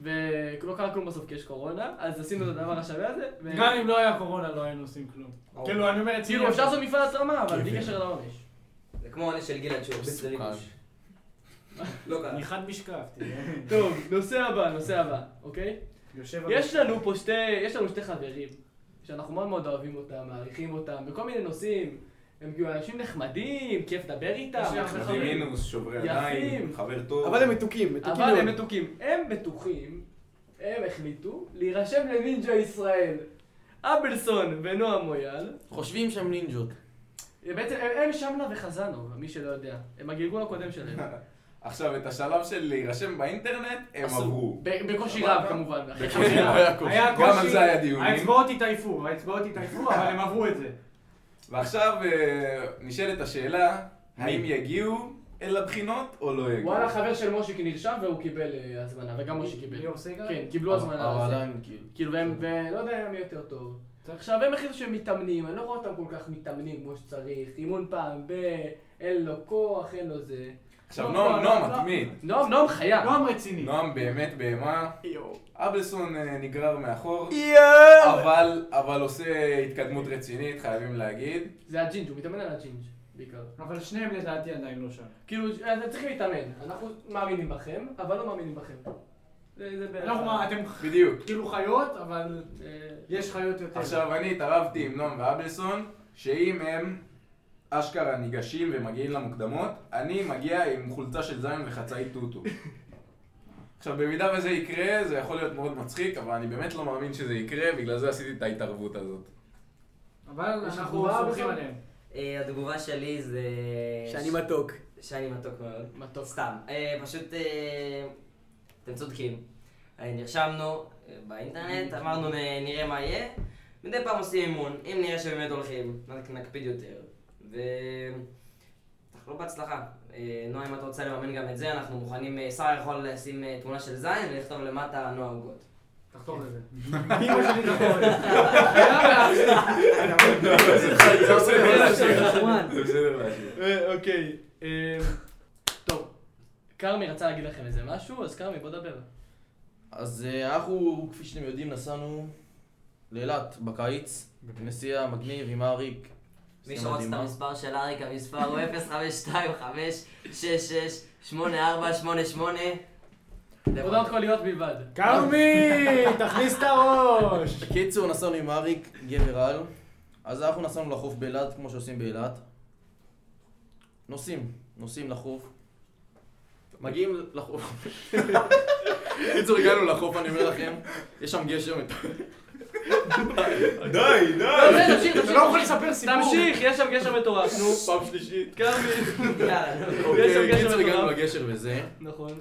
ולא קרה כלום בסוף כי יש קורונה, אז עשינו את הדבר השווה הזה, ו- גם אם לא היה קורונה לא היינו עושים כלום. כאילו, אני אומר, כאילו אפשר לעשות מפעל התרמה, אבל בלי קשר לעונש. זה כמו עונש של גלעד שורס, זה ריגוש. לא קרה. אני חד משקף, תראה. *laughs* טוב, נושא הבא, נושא הבא, אוקיי? יושב... על- יש לנו פה שתי, יש לנו שתי חברים, שאנחנו מאוד מאוד אוהבים אותם, מעריכים אותם, בכל מיני נושאים. הם כאילו אנשים נחמדים, כיף לדבר איתם, יש לי אנחנו חברים. מינוס, שוברי עיניים, יפים. חבר טוב. אבל הם מתוקים, מתוקים אבל הם מאוד. מתוקים. הם בטוחים, הם החליטו להירשם לנינג'ה ישראל. אבלסון ונועה מויאל, חושבים שהם נינג'ות. בעצם הם, הם שמלה וחזנוב, מי שלא יודע. הם הגלגול הקודם שלהם. עכשיו, את השלב של להירשם באינטרנט, הם עשו. עברו. ב- בקושי רב כמובן. אחרי *laughs* בקושי חזירה. רב. היה קושי. גם על זה היה דיונים. האצבעות התעייפו, האצבעות התעייפו, אבל הם עברו את זה. ועכשיו אה, נשאלת השאלה, האם יגיעו אל הבחינות או לא יגיעו? וואלה, חבר של מושיק נרשם והוא קיבל אה, הזמנה, וגם מושיק קיבל. ליאור סגל? כן, קיבלו הזמנה. אבל לזה. עדיין, כאילו. כאילו, והם, ולא יודע מי יותר טוב. עכשיו, הם החליטו שהם מתאמנים, אני לא רואה אותם כל כך מתאמנים כמו שצריך. אימון פעם ב... אין לו כוח, אין לו זה. עכשיו, לא, נועם, לא, נועם לא. מתמיד. נועם, נועם חיה. נועם לא רציני. נועם באמת בהמה. אבלסון אה, נגרר מאחור, יואו! אבל אבל עושה התקדמות רצינית, חייבים להגיד. זה הג'ינג', הוא מתאמן על הג'ינג' בעיקר. אבל שניהם לדעתי עדיין לא שם. כאילו, אתם צריכים להתאמן. אנחנו מאמינים בכם, אבל לא מאמינים בכם. זה זה בערך... אנחנו, מה, אתם בדיוק. כאילו חיות, אבל אה, יש חיות יותר. עכשיו, אני התערבתי עם נועם ואבלסון, שאם הם אשכרה ניגשים ומגיעים למוקדמות, אני מגיע עם חולצה של זין וחצאי טוטו. עכשיו, במידה וזה יקרה, זה יכול להיות מאוד מצחיק, אבל אני באמת לא מאמין שזה יקרה, בגלל זה עשיתי את ההתערבות הזאת. אבל יש אנחנו תגובה סומכים בסוף? עליהם. אה, התגובה שלי זה... שאני מתוק. שאני מתוק מאוד. מתוק. סתם. אה, פשוט... אה, אתם צודקים. אה, נרשמנו אה, באינטרנט, אמרנו "נ- נראה מה יהיה. מדי פעם עושים אימון. אם נראה שבאמת הולכים, נק- נקפיד יותר. ו... תחלו בהצלחה. אה, נועה, אם את רוצה לממן גם את זה, אנחנו מוכנים... אה, שר יכול לשים אה, תמונה של זין ולכתוב למטה נועה עוגות. תחתור כן. לזה. אמא שלי תחתור לזה. זה בסדר להשאיר. נחמד. זה בסדר להשאיר. אה, אוקיי. אה, טוב. כרמי רצה להגיד לכם איזה משהו, אז כרמי, בוא דבר. אז אה, אנחנו, כפי שאתם יודעים, נסענו לאילת בקיץ. נסיע מגניב עם אריק. מי נסיעה שרוצה את מדהימה. המספר של אריק, המספר הוא 052 566 8488 הודעות קוליות בלבד. כן. כרמי, תכניס את הראש! קיצור, נסענו עם אריק, גבר על, אז אנחנו נסענו לחוף באילת, כמו שעושים באילת. נוסעים, נוסעים לחוף. מגיעים לחוף. קיצור, הגענו לחוף, אני אומר לכם, יש שם גשם. לא, די, די! זה, תמשיך, אתה תמשיך. לא יכול לספר סיפור. תמשיך, יש שם גשר מטורף, נו. פעם שלישית. כרמי. יש שם אוקיי, גשר קיצור, הגענו מטורף. לגשר וזה. נכון.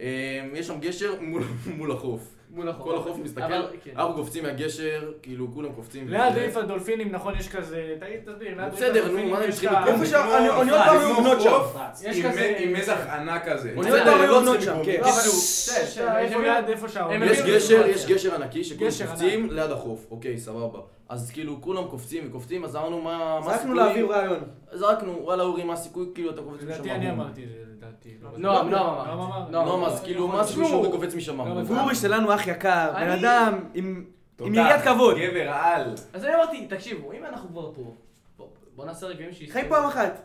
אה, יש שם גשר מול- מול החוף. מול החוף. כל החוף מסתכל, אבל, כן. אנחנו קופצים מהגשר, כאילו כולם קופצים. ליד וזה. ריף הדולפינים, נכון, יש כזה... תגיד, תסביר, ליד ריף בסדר, נו, הדולפינים מה הם יש צריכים את ה- לקרוא? זה שם, כמו- אני- אני עוד זה פעם כמו מבנות שם. חוף יש עם- כזה- עם מזח ענק כזה. אוניות בסדר, בערב לא אוניות צריכים שם, לקרוא. כן. לא, אבל הוא- יש, איפה ליד, איפה הם שהעולם? יש מבינים גשר, סיטואציה. יש גשר ענקי שכולם גשר קופצים ליד החוף, אוקיי, סבבה. אז כאילו כולם קופצים וקופצים, אז אמרנו מה מה זרקנו הסיכוי? לאוויר רעיון. זרקנו, וואלה אורי, מה הסיכוי? כאילו אתה קופץ משם. לדעתי אני המון. אמרתי את זה, לדעתי. לא נועם, בטוח. נועם אמר. נועם אמר. נועם. לא, אז כאילו מה הסיכוי תשמעו. שאורי קופץ משם? לא, אבל- ואורי שלנו אח יקר, בן אני- אדם עם עם תודה. יריית כבוד. גבר על. אז אני אמרתי, תקשיבו, אם אנחנו כבר פה, בוא- בוא נעשה רגעים ש... חיים פעם אחת.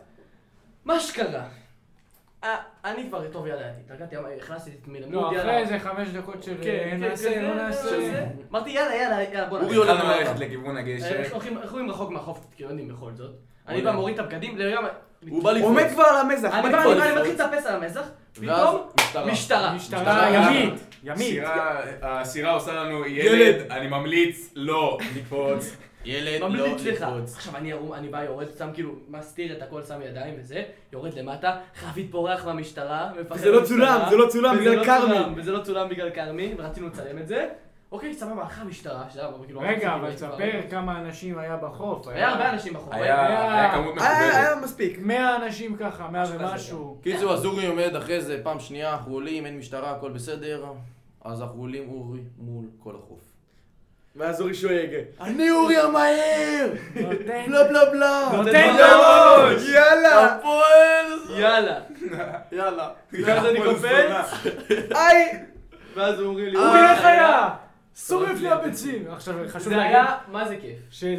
מה שקרה. אה, אני כבר טוב ידעתי, התרגלתי, אמרתי, הכנסתי את מלמוד, לא, יאללה. אחרי איזה חמש דקות של אה, כן, כן, נעשה, כן, לא זה- נעשה. זה. אמרתי, יאללה, יאללה, יאללה, בוא אורי נעשה. עולה התחלנו למטה. ללכת לכיוון הגשר. אה, איך הולכים- איך הולכים רחוק מהחוף, כי יודעים בכל זאת. אני עולה. בא מוריד את הבגדים, לגמרי. הוא בא הוא עומד לפרוץ. כבר על המזח. אני עומד בא, כבר. אני בא, אני מתחיל לטפס על המזח, ואז פתאום, לא. משטרה. משטרה. משטרה משטרה. ימית, ימית. סירה- הסירה עושה לנו ילד, אני ממליץ לא *laughs* לקפוץ. ילד לא ממליץ לך. לקפוץ. עכשיו אני ערום, אני בא, יורד, שם כאילו, מסתיר את הכל, שם ידיים וזה, יורד למטה, חבית בורח מהמשטרה, מפחד זה לא מהמשטרה, צולם, זה לא צולם וזה בגלל לא כרמי. צולם, וזה לא צולם בגלל כרמי, ורצינו לצלם את זה. אוקיי, סבבה, אחרי המשטרה, שזה היה כאילו... רגע, אבל כבר- תספר כמה אנשים היה בחוף. היה הרבה אנשים בחור. היה אה. היה כמות היה- היה מכובדת. היה מספיק. 100 אנשים ככה, 100 ומשהו. קיצור, אז אורי עומד אחרי זה, פעם שנייה, אנחנו עולים, אין משטרה, הכל בסדר. אז אנחנו עולים אורי מול כל החוף. ואז אורי שואג. אני אורי המהר! כן. נותן- לא, בלה בלה בלה! נותן בראש! בראש! יאללה! הפועל! *laughs* יאללה. יאללה. ואז אני קופץ, היי! ואז הוא אומר לי... אה, אורי, איך אה, היה? שורף שורף לי לי הביצים. עכשיו, חשוב לא זה להגיד היה, מה זה כיף.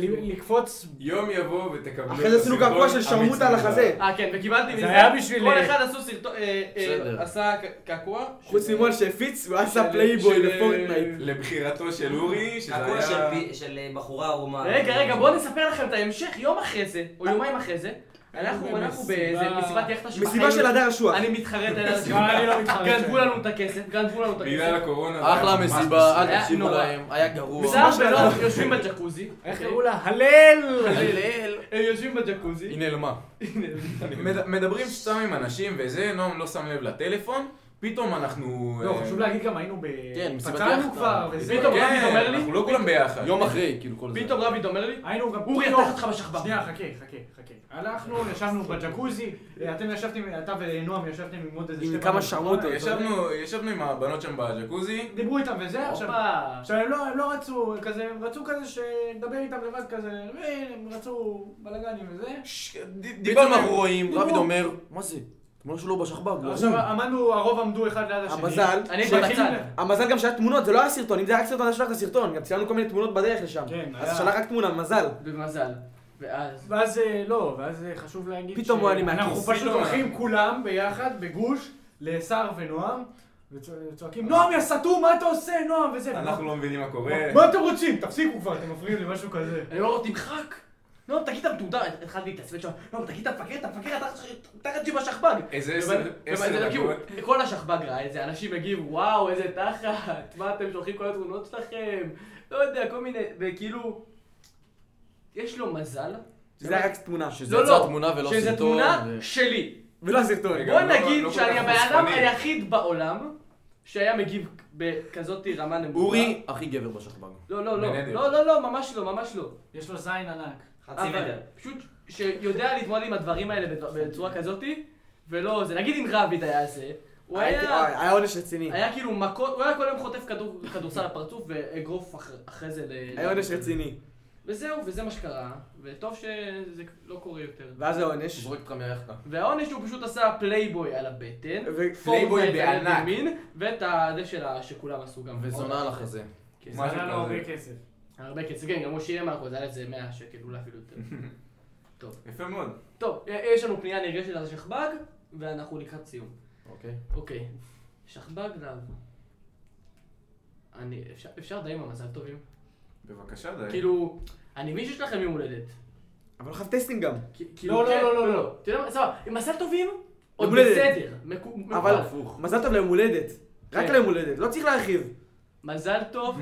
שלקפוץ, יום יבוא ותקבלו אחרי זה עשינו סרטון געגוע של אמיץ שרמוטה על מאוד. החזה. אה, כן, וקיבלתי מזה. זה היה בשביל- כל אחד עשו סרטון, אה, אה, בסדר. עשה ק- קעקוע. חוץ שזה- ממול שהפיץ, הוא עשה של- פלייבוי של- לפורטנייט. לבחירתו של אורי, שזה הקול של היה... פי- של אה, בחורה ערומה. רגע, רגע, בואו נספר לכם את ההמשך יום אחרי זה, או יומיים אחרי זה. אנחנו אנחנו באיזה במסיבה- מסיבת יאכטה של מסיבה של הדר אשוח. אני מתחרט על לא, אני לא מתחרט. גנבו לנו את הכסף, גנבו לנו את בגלל הכסף. הקורונה. זה אחלה היה ממש מסיבה, היה אל תקשיבו נורא. להם, היה גרוע. בסדר, ולא, יושבים בג'קוזי. אוקיי. איך קראו לה? הלל! הלל. הם יושבים בג'קוזי. היא נעלמה. מד- מדברים סתם עם אנשים וזה, נועם לא שם לב לטלפון, פתאום אנחנו... לא, אה, חשוב להגיד גם היינו ב... כן, מסיבת פצענו יאכטה. כבר, וזה... פתאום כן, רביד אומר לי- אנחנו לא כולם ביחד. יום אחרי, כאילו כל זה. פתאום רביד אומר לי, היינו גם... אורי, אה, פתאום- אני אותך בשכבה. שנייה, חכה, חכה, חכה. הלכנו, ישבנו בג'קוזי, אתם ישבתם, אתה ונועם ישבתם עם עוד איזה עם שתי... כמה בנות. שרמוטות. ישבנו, ישבנו עם הבנות שם בג'קוזי, דיברו איתם וזה, עכשיו... הופה. עכשיו הם לא, הם לא רצו, כזה, הם רצו כזה שנדבר איתם לבד כזה, הם רצו בלאגנים וזה. ש- ד- פתאום דיברנו אנחנו רואים, דיברו. רביד אומר, מה זה? תמונה שלו בשכבה, הוא עכשיו ערום." עמדנו, הרוב עמדו אחד ליד השני. המזל, אני ש- הייתי בצד. המזל גם שהיה תמונות, זה לא היה סרטון, אם זה היה סרטון, היה שלח את הסרטון, גם צילמנו כל מיני תמונות בדרך לשם. כן, היה. אז שלח רק תמונה, מזל. במזל. ואז... ואז אה, לא, ואז אה, חשוב להגיד פתאום הוא היה לי מהכיס. אנחנו פשוט פתאום. הולכים כולם ביחד, בגוש, לסער ונועם, וצו- וצועקים, נועם, יא סתום, מה אתה עושה, נועם, וזה. אנחנו לא מבינים מה קורה. מה- מה אתם רוצים? תפסיקו כבר, אתם מפריעים לי משהו כזה. אני אומר לו, תמחק. לא, תגיד את המתודה, התחלתי להתעצבן שם, לא, תגיד את המפקד, את המפקד, אתה- תחת שלי בשכבג. איזה ובאמת- עשר- ובאמת, עשר כאילו, דקות. כל השכבה גרעה את זה, אנשים הגיבו, וואו, איזה תחת, מה אתם שולחים כל התמונות שלכם, לא יודע, כל מיני, וכאילו, יש לו מזל, זה היה רק תמונה. שזה לא, יצא לא, תמונה ולא שזה סרטון. תמונה ו- שלי. ולא הסרטון. רגע, בוא לא- נגיד לא כל שאני כך הבן אדם חושפני. היחיד בעולם שהיה מגיב בכזאת רמה נמוכה. אורי, הכי גבר בשכבה. לא, לא, לא, בנדר. לא, לא, לא, ממש לא, ממש לא. יש לו זין ענק. חצי אבל מטר. פשוט שיודע להתמודד עם הדברים האלה בדבר- בצורה כזאתי, ולא זה. נגיד אם רביד היה זה, הוא הייתי- היה... היה עונש רציני. היה כאילו מכות, הוא היה כל היום חוטף כדור- כדורסל לפרצוף ואגרוף אח- אחרי זה ל... היה עונש רציני. וזהו, וזה מה שקרה, וטוב שזה לא קורה יותר. ואז היה עונש. זורק אותך מהיאכטה. והעונש הוא פשוט עשה פלייבוי על הבטן, ו- פלייבוי פורטנייט על יד בענק. ימין, ואת הזה שלה שכולם עשו גם. וזונה על החזה. כן. זה משהו עלה לו כזה. הרבה כסף. הרבה כסף, כן, גם הוא שילם מאחורי זה, היה לזה 100 שקל, אולי אפילו יותר. יפה מאוד. טוב, אה, יש לנו פנייה נרגשת על השכב"ג, ואנחנו לקראת סיום. אוקיי. אוקיי, שכב"ג להב. אני, אפשר, אפשר די עם המזל טובים. בבקשה, כן. די. כאילו, אני מבין שיש לכם יום הולדת. אבל לא חייב טסטים גם. כי- כאילו, לא, כן, לא, לא, לא, לא. אתה יודע מה, סבבה, עם מזל טובים, עוד יום הולדת. בסדר. מקו- אבל מקובל. מזל טוב ליום הולדת. רק כן. ליום הולדת, לא צריך להרחיב. מזל טוב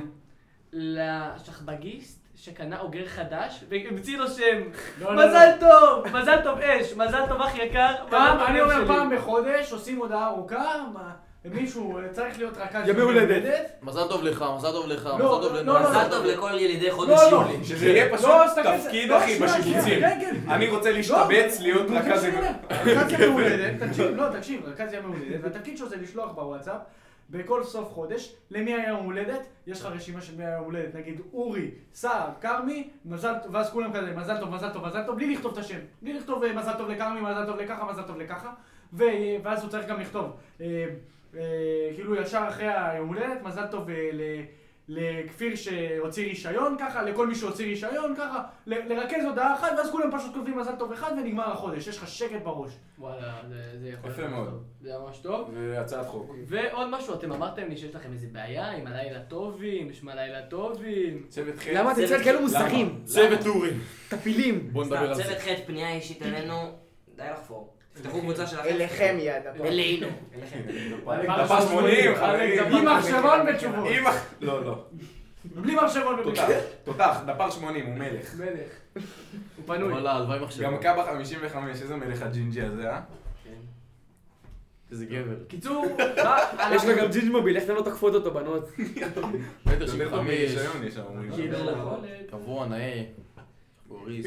לשכבגיסט שקנה אוגר חדש והמציא לו שם. לא, לא, מזל לא. טוב! מזל טוב אש! מזל טוב אח יקר! פעם, מזל טוב אני לא לב אומר שלי. פעם בחודש, עושים הודעה ארוכה, מה, מישהו אה, צריך להיות רכז. ימי יום הולדת. מזל טוב לך, מזל טוב לך, לא, מזל טוב לא, לנו. לא, מזל טוב לכל ילידי חודש לא, לא. יולי. שזה יהיה פשוט לא, תסתכל, זה- תפקיד, לא, אחי, שנייה, בשיפוצים. שנייה, כן, כן. אני רוצה לא, להשתבץ, להיות תקשיב, רכז... כן, רגע, רכז ימי הולדת, תקשיב, לא, תקשיב, רכז ימי הולדת, והתפקיד שלו זה לשלוח בוואטסאפ בכל סוף חודש, למי היה יום הולדת, יש לך רשימה של מי היה יום הולדת, נגיד אורי, סער, כרמי, מזל טוב, ואז כולם כזה, מזל טוב, מזל טוב, מזל טוב, בלי לכתוב את השם, בלי לכתוב אה, מזל טוב לכרמי, מזל טוב לככה, מזל טוב לככה, ו- אה, ואז הוא צריך גם לכתוב, אה, אה, כאילו ישר אחרי היום הולדת, מזל טוב אה, ל- לכפיר שהוציא רישיון ככה, לכל מי שהוציא רישיון ככה, ל- לרכז הודעה אחת, ואז כולם פשוט כותבים מזל טוב אחד ונגמר החודש, יש לך שקט בראש. וואלה, זה זה יכול יפה להיות ממש מאוד. טוב. זה היה ממש טוב. והצעת חוק. ועוד משהו, אתם אמרתם לי שיש לכם איזה בעיה עם הלילה טובים, שמע לילה טובים. צוות חן. כן, למה אתם צוות- צריכים כאלו למה? מוסכים? צוות אורי. טפילים. בוא נדבר על זה. צוות ח' פנייה אישית אלינו, די לחפור. תפתחו קבוצה שלכם. אליכם יד הפעם. אלינו. אליכם. דפס 80, חברים. אלכס, עם דפס- מחשבון בתשובות. אם... אח- לא, לא. בלי מחשבון תותח. ובלי... אוקיי. תותח, דפר 80, הוא מלך. מלך. הוא פנוי. וואלה, הלוואי מחשב. גם קאבה 55, איזה מלך הג'ינג'י הזה, אה? איזה גבר. קיצור, מה- *laughs* יש לו גם ג'ינג' מוביל, איך אתם לא תקפות אותו בנות? מטר יותר שבעים טוב וחמש. מרישיון יש שם, כן. אומרים. כאילו, נכון. קבוע, נאה. גוריס.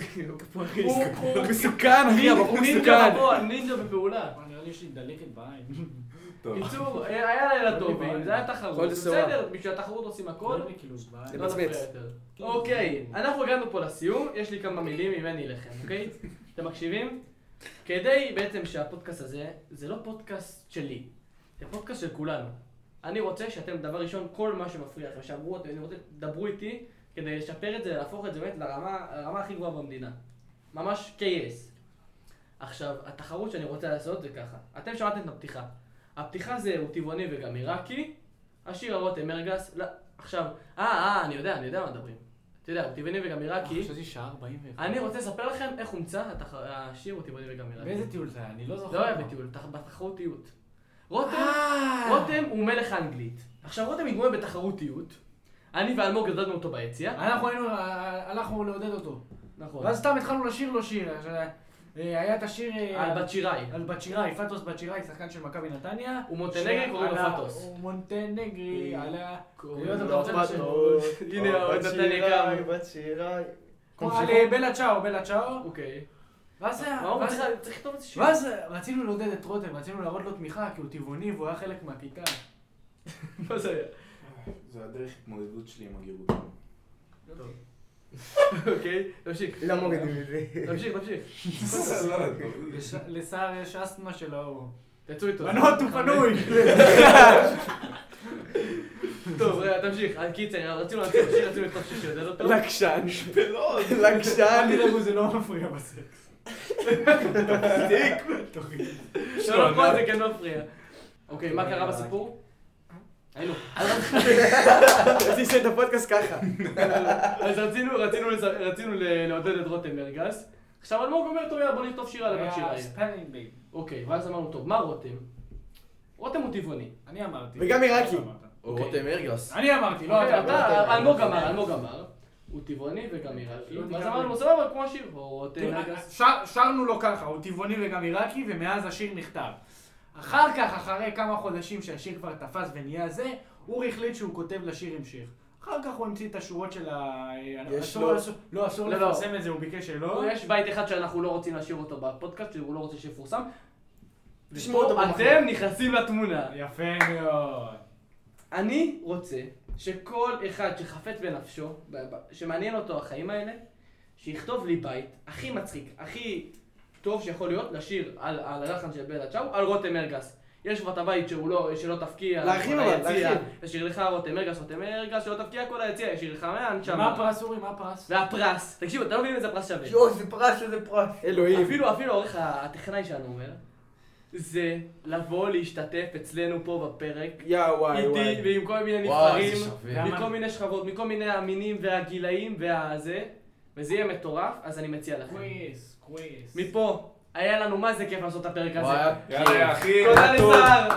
הוא- הוא- הוא מסוכן אחי, הבחור נינג'ה מסוכן. בפועל, נינג'ה בפעולה. נראה לי יש לי דלקת בעין. טוב. קיצור, אה, היה לילה לא, טוב, זה היה תחרות, חודש סבבה. בסדר, בשביל התחרות עושים הכל. כאילו, זה לא נפריע מצמץ. יותר. אוקיי, אנחנו הגענו פה לסיום, יש לי כמה מילים ממני לכם, אוקיי? אתם מקשיבים? כדי בעצם שהפודקאסט הזה, זה לא פודקאסט שלי, זה פודקאסט של כולנו. אני רוצה שאתם, דבר ראשון, כל מה שמפריע לכם, שאמרו אותי, אני רוצה, דברו איתי, כדי לשפר את זה, להפוך את זה באמת לרמה, לרמה הכי גבוהה במדינה. ממש KS. עכשיו, התחרות שאני רוצה לעשות זה ככה. אתם שמעתם את הפתיחה. הפתיחה זה הוא טבעוני וגם עיראקי, השיר הרותם מרגס, לא, עכשיו, אה, אה, אני יודע, אני יודע מה מדברים. אתה יודע, הוא טבעוני וגם עיראקי. אה, חשבתי שעה 41. אני רוצה לספר לכם איך הומצא התח- השיר הוא טבעוני וגם עיראקי. באיזה טיול זה היה? אני לא זוכר. לא היה בטיול, תח- בתחרותיות. רותם, אה! רותם הוא מלך האנגלית. עכשיו, רותם התגורם בתחרותיות. אני ואלמוג גדלנו אותו ביציאה. אנחנו היינו, אה, הלכנו לעודד אותו. נכון. ואז סתם התחלנו לשיר לו שיר. אה, היה את השיר... אה, על בת שיראי. על בת שיראי, פטוס בת שיראי, שחקן של מכבי נתניה. הוא מונטנגרי, שעלה- קוראים לו פטוס. הוא מונטנגרי, עלה... לא, קוראים אתה לא לו אה, רוצה לשיר? הנה, הוא נתן לי גם. בת שיריי. כמו על אה, בלה צ'או, בלה צ'או. אוקיי. ואז מה הוא אה, ואז- צריך צריך לכתוב את זה שיר? ואז רצינו לעודד את רותם, רצינו להראות לו תמיכה, כי הוא טבעוני והוא היה חלק מהכיתה. מה זה היה? זה הדרך התמודדות שלי עם הגירות. אוקיי, תמשיך. לא מורידים את זה. *laughs* *laughs* תמשיך, תמשיך. *laughs* לש- לסער יש אסתמה של האור. תצאו איתו. בנות, הוא *laughs* פנוי! טוב, רגע, תמשיך. אז קיצר, אה, רצינו להציג שיר, רצינו לכתוב שיר שיודד אותו. לקשן. לקשן. אל תדאגו, זה לא מפריע בסקס. *laughs* לא, לא, פה זה כן מפריע. אוקיי, מה קרה בסיפור? היינו. רציתי לשאול את הפודקאסט ככה. אז רצינו, רצינו, לז- רצינו ל- לעודד את רותם מרגס. עכשיו אלמוג אומר, טוב יאללה בוא נכתוב שיר על הבת לא, שירה. היה ספלינג בייב. אוקיי, ואז אמרנו, טוב, מה רותם? רותם הוא טבעוני. אני אמרתי. וגם עיראקי. או אוקיי. רותם ארגס. אני אמרתי, לא אוקיי, אתה. אתה, אלמוג אמר, אלמוג אמר. הוא טבעוני וגם עיראקי. לא ואז נקרא אמרנו, לו. סבבה, כמו השיר. או רותם מרגס. שר- אה, שרנו לו ככה, הוא טבעוני וגם עיראקי, ומאז השיר נכתב. אחר כך, אחרי כמה חודשים שהשיר כבר תפס ונהיה זה, אורי החליט שהוא כותב לשיר המשך. אחר כך הוא המציא את השורות של ה... יש אסור- לו- אסור- לא, אסור לא, לא. לפרסם את זה, הוא ביקש שלא. יש בית אחד שאנחנו לא רוצים להשאיר אותו בפודקאסט, שהוא לא רוצה שיפורסם. תשמעו אותו ופה במחר. אתם נכנסים לתמונה. יפה מאוד. אני רוצה שכל אחד שחפץ בנפשו, ב- ב- שמעניין אותו החיים האלה, שיכתוב לי בית הכי מצחיק, הכי טוב שיכול להיות, לשיר על, על הלחן של בלה צ'או, על רותם ארגס. יש כבר את הבית שהוא לא, שלא תפקיע, להרחיב כל אבל, היציע. להרחיב. ישיר לך רותם ארגס, רותם ארגס, שלא תפקיע כל היציע, ישיר לך מה מהנשמה. הפרס, אורי? מה הפרס? והפרס, תקשיבו, אתם לא מבינים איזה פרס שווה. יואו, זה פרס, איזה פרס. אלוהים. אפילו, אפילו העורך הטכנאי שלנו אומר, זה לבוא להשתתף אצלנו פה בפרק. יא וואי איתי וואי. ועם כל מיני וואו, נבחרים, זה שווה. מכל מיני שכבות, מכל מיני המינים והגילאים והזה, וזה יהיה מטורף, אז אני מציע לכם. קוויס, קוויס. מפה, היה לנו מה זה כיף לעשות את הפרק הזה. וואי, יאללה אחי, תודה נטור. לזהר,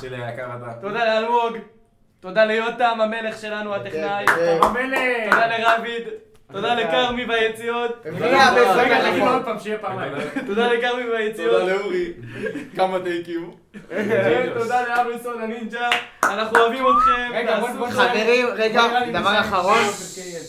שלי היקר אתה. תודה לאלמוג, תודה ליותם המלך שלנו, הטכנאי, כן, אה, המלך! תודה לרביד, תודה לכרמי והיציאות, מביאה רגע, בסדר, תגיד נכון. עוד פעם, שיהיה פעמיים. תודה לכרמי והיציאות, לאורי. כמה טייקים. תודה לאבריסון הנינג'ה, אנחנו אוהבים אתכם, רגע, בוא- תעשו בוא חיים. חברים, רגע, נראה לי דבר מזה- אחרון. שיהיה,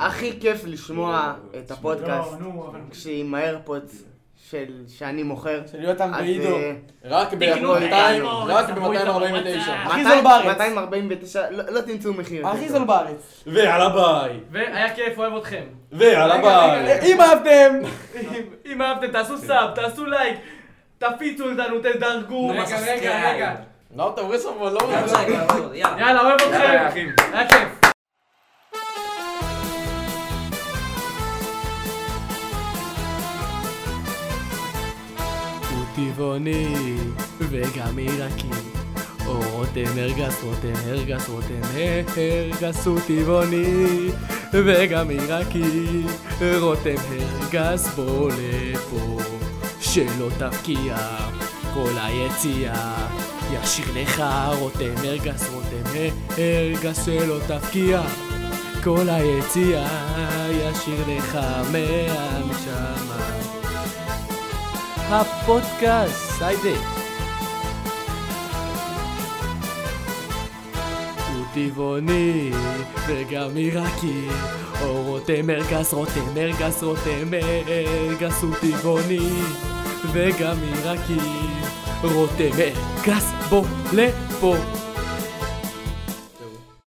הכי כיף לשמוע את הפודקאסט לא, נו, אבל... כשעם האיירפודס של שאני מוכר. של יותם אז, ועידו, אה, לא רק תקנו את ב-200, האייפון, רק תספרו ב-249. הכי מאתיים- לא זול בארץ. 249, לא לא תמצאו מחיר. יותר הכי טוב. זול בארץ. ועל הביי. והיה כיף, אוהב אתכם. ועל הביי. אם אהבתם, אם- אם אהבתם, תעשו סאב, תעשו לייק, תפיצו אותנו, תדרגו. רגע, רגע, רגע. לא, אתה רואה שם, אבל לא... רגע, בואו, יאללה. יאללה, אוהב אתכם. היה כיף. הוא טבעוני וגם עיראקי או רותם ארגס, רותם ארגס, רותם ארגס הוא טבעוני וגם עיראקי רותם ארגס בוא לפה שלא תפקיע כל היציאה ישיר לך רותם ארגס, רותם ארגס שלא תפקיע כל היציאה ישיר לך מהנשמה הפודקאסט, היידה. הוא טבעוני וגם עיראקי, או רותם ארגס, רותם ארגס, רותם ארגס, הוא טבעוני וגם עיראקי, רותם ארגס, בוא לפה.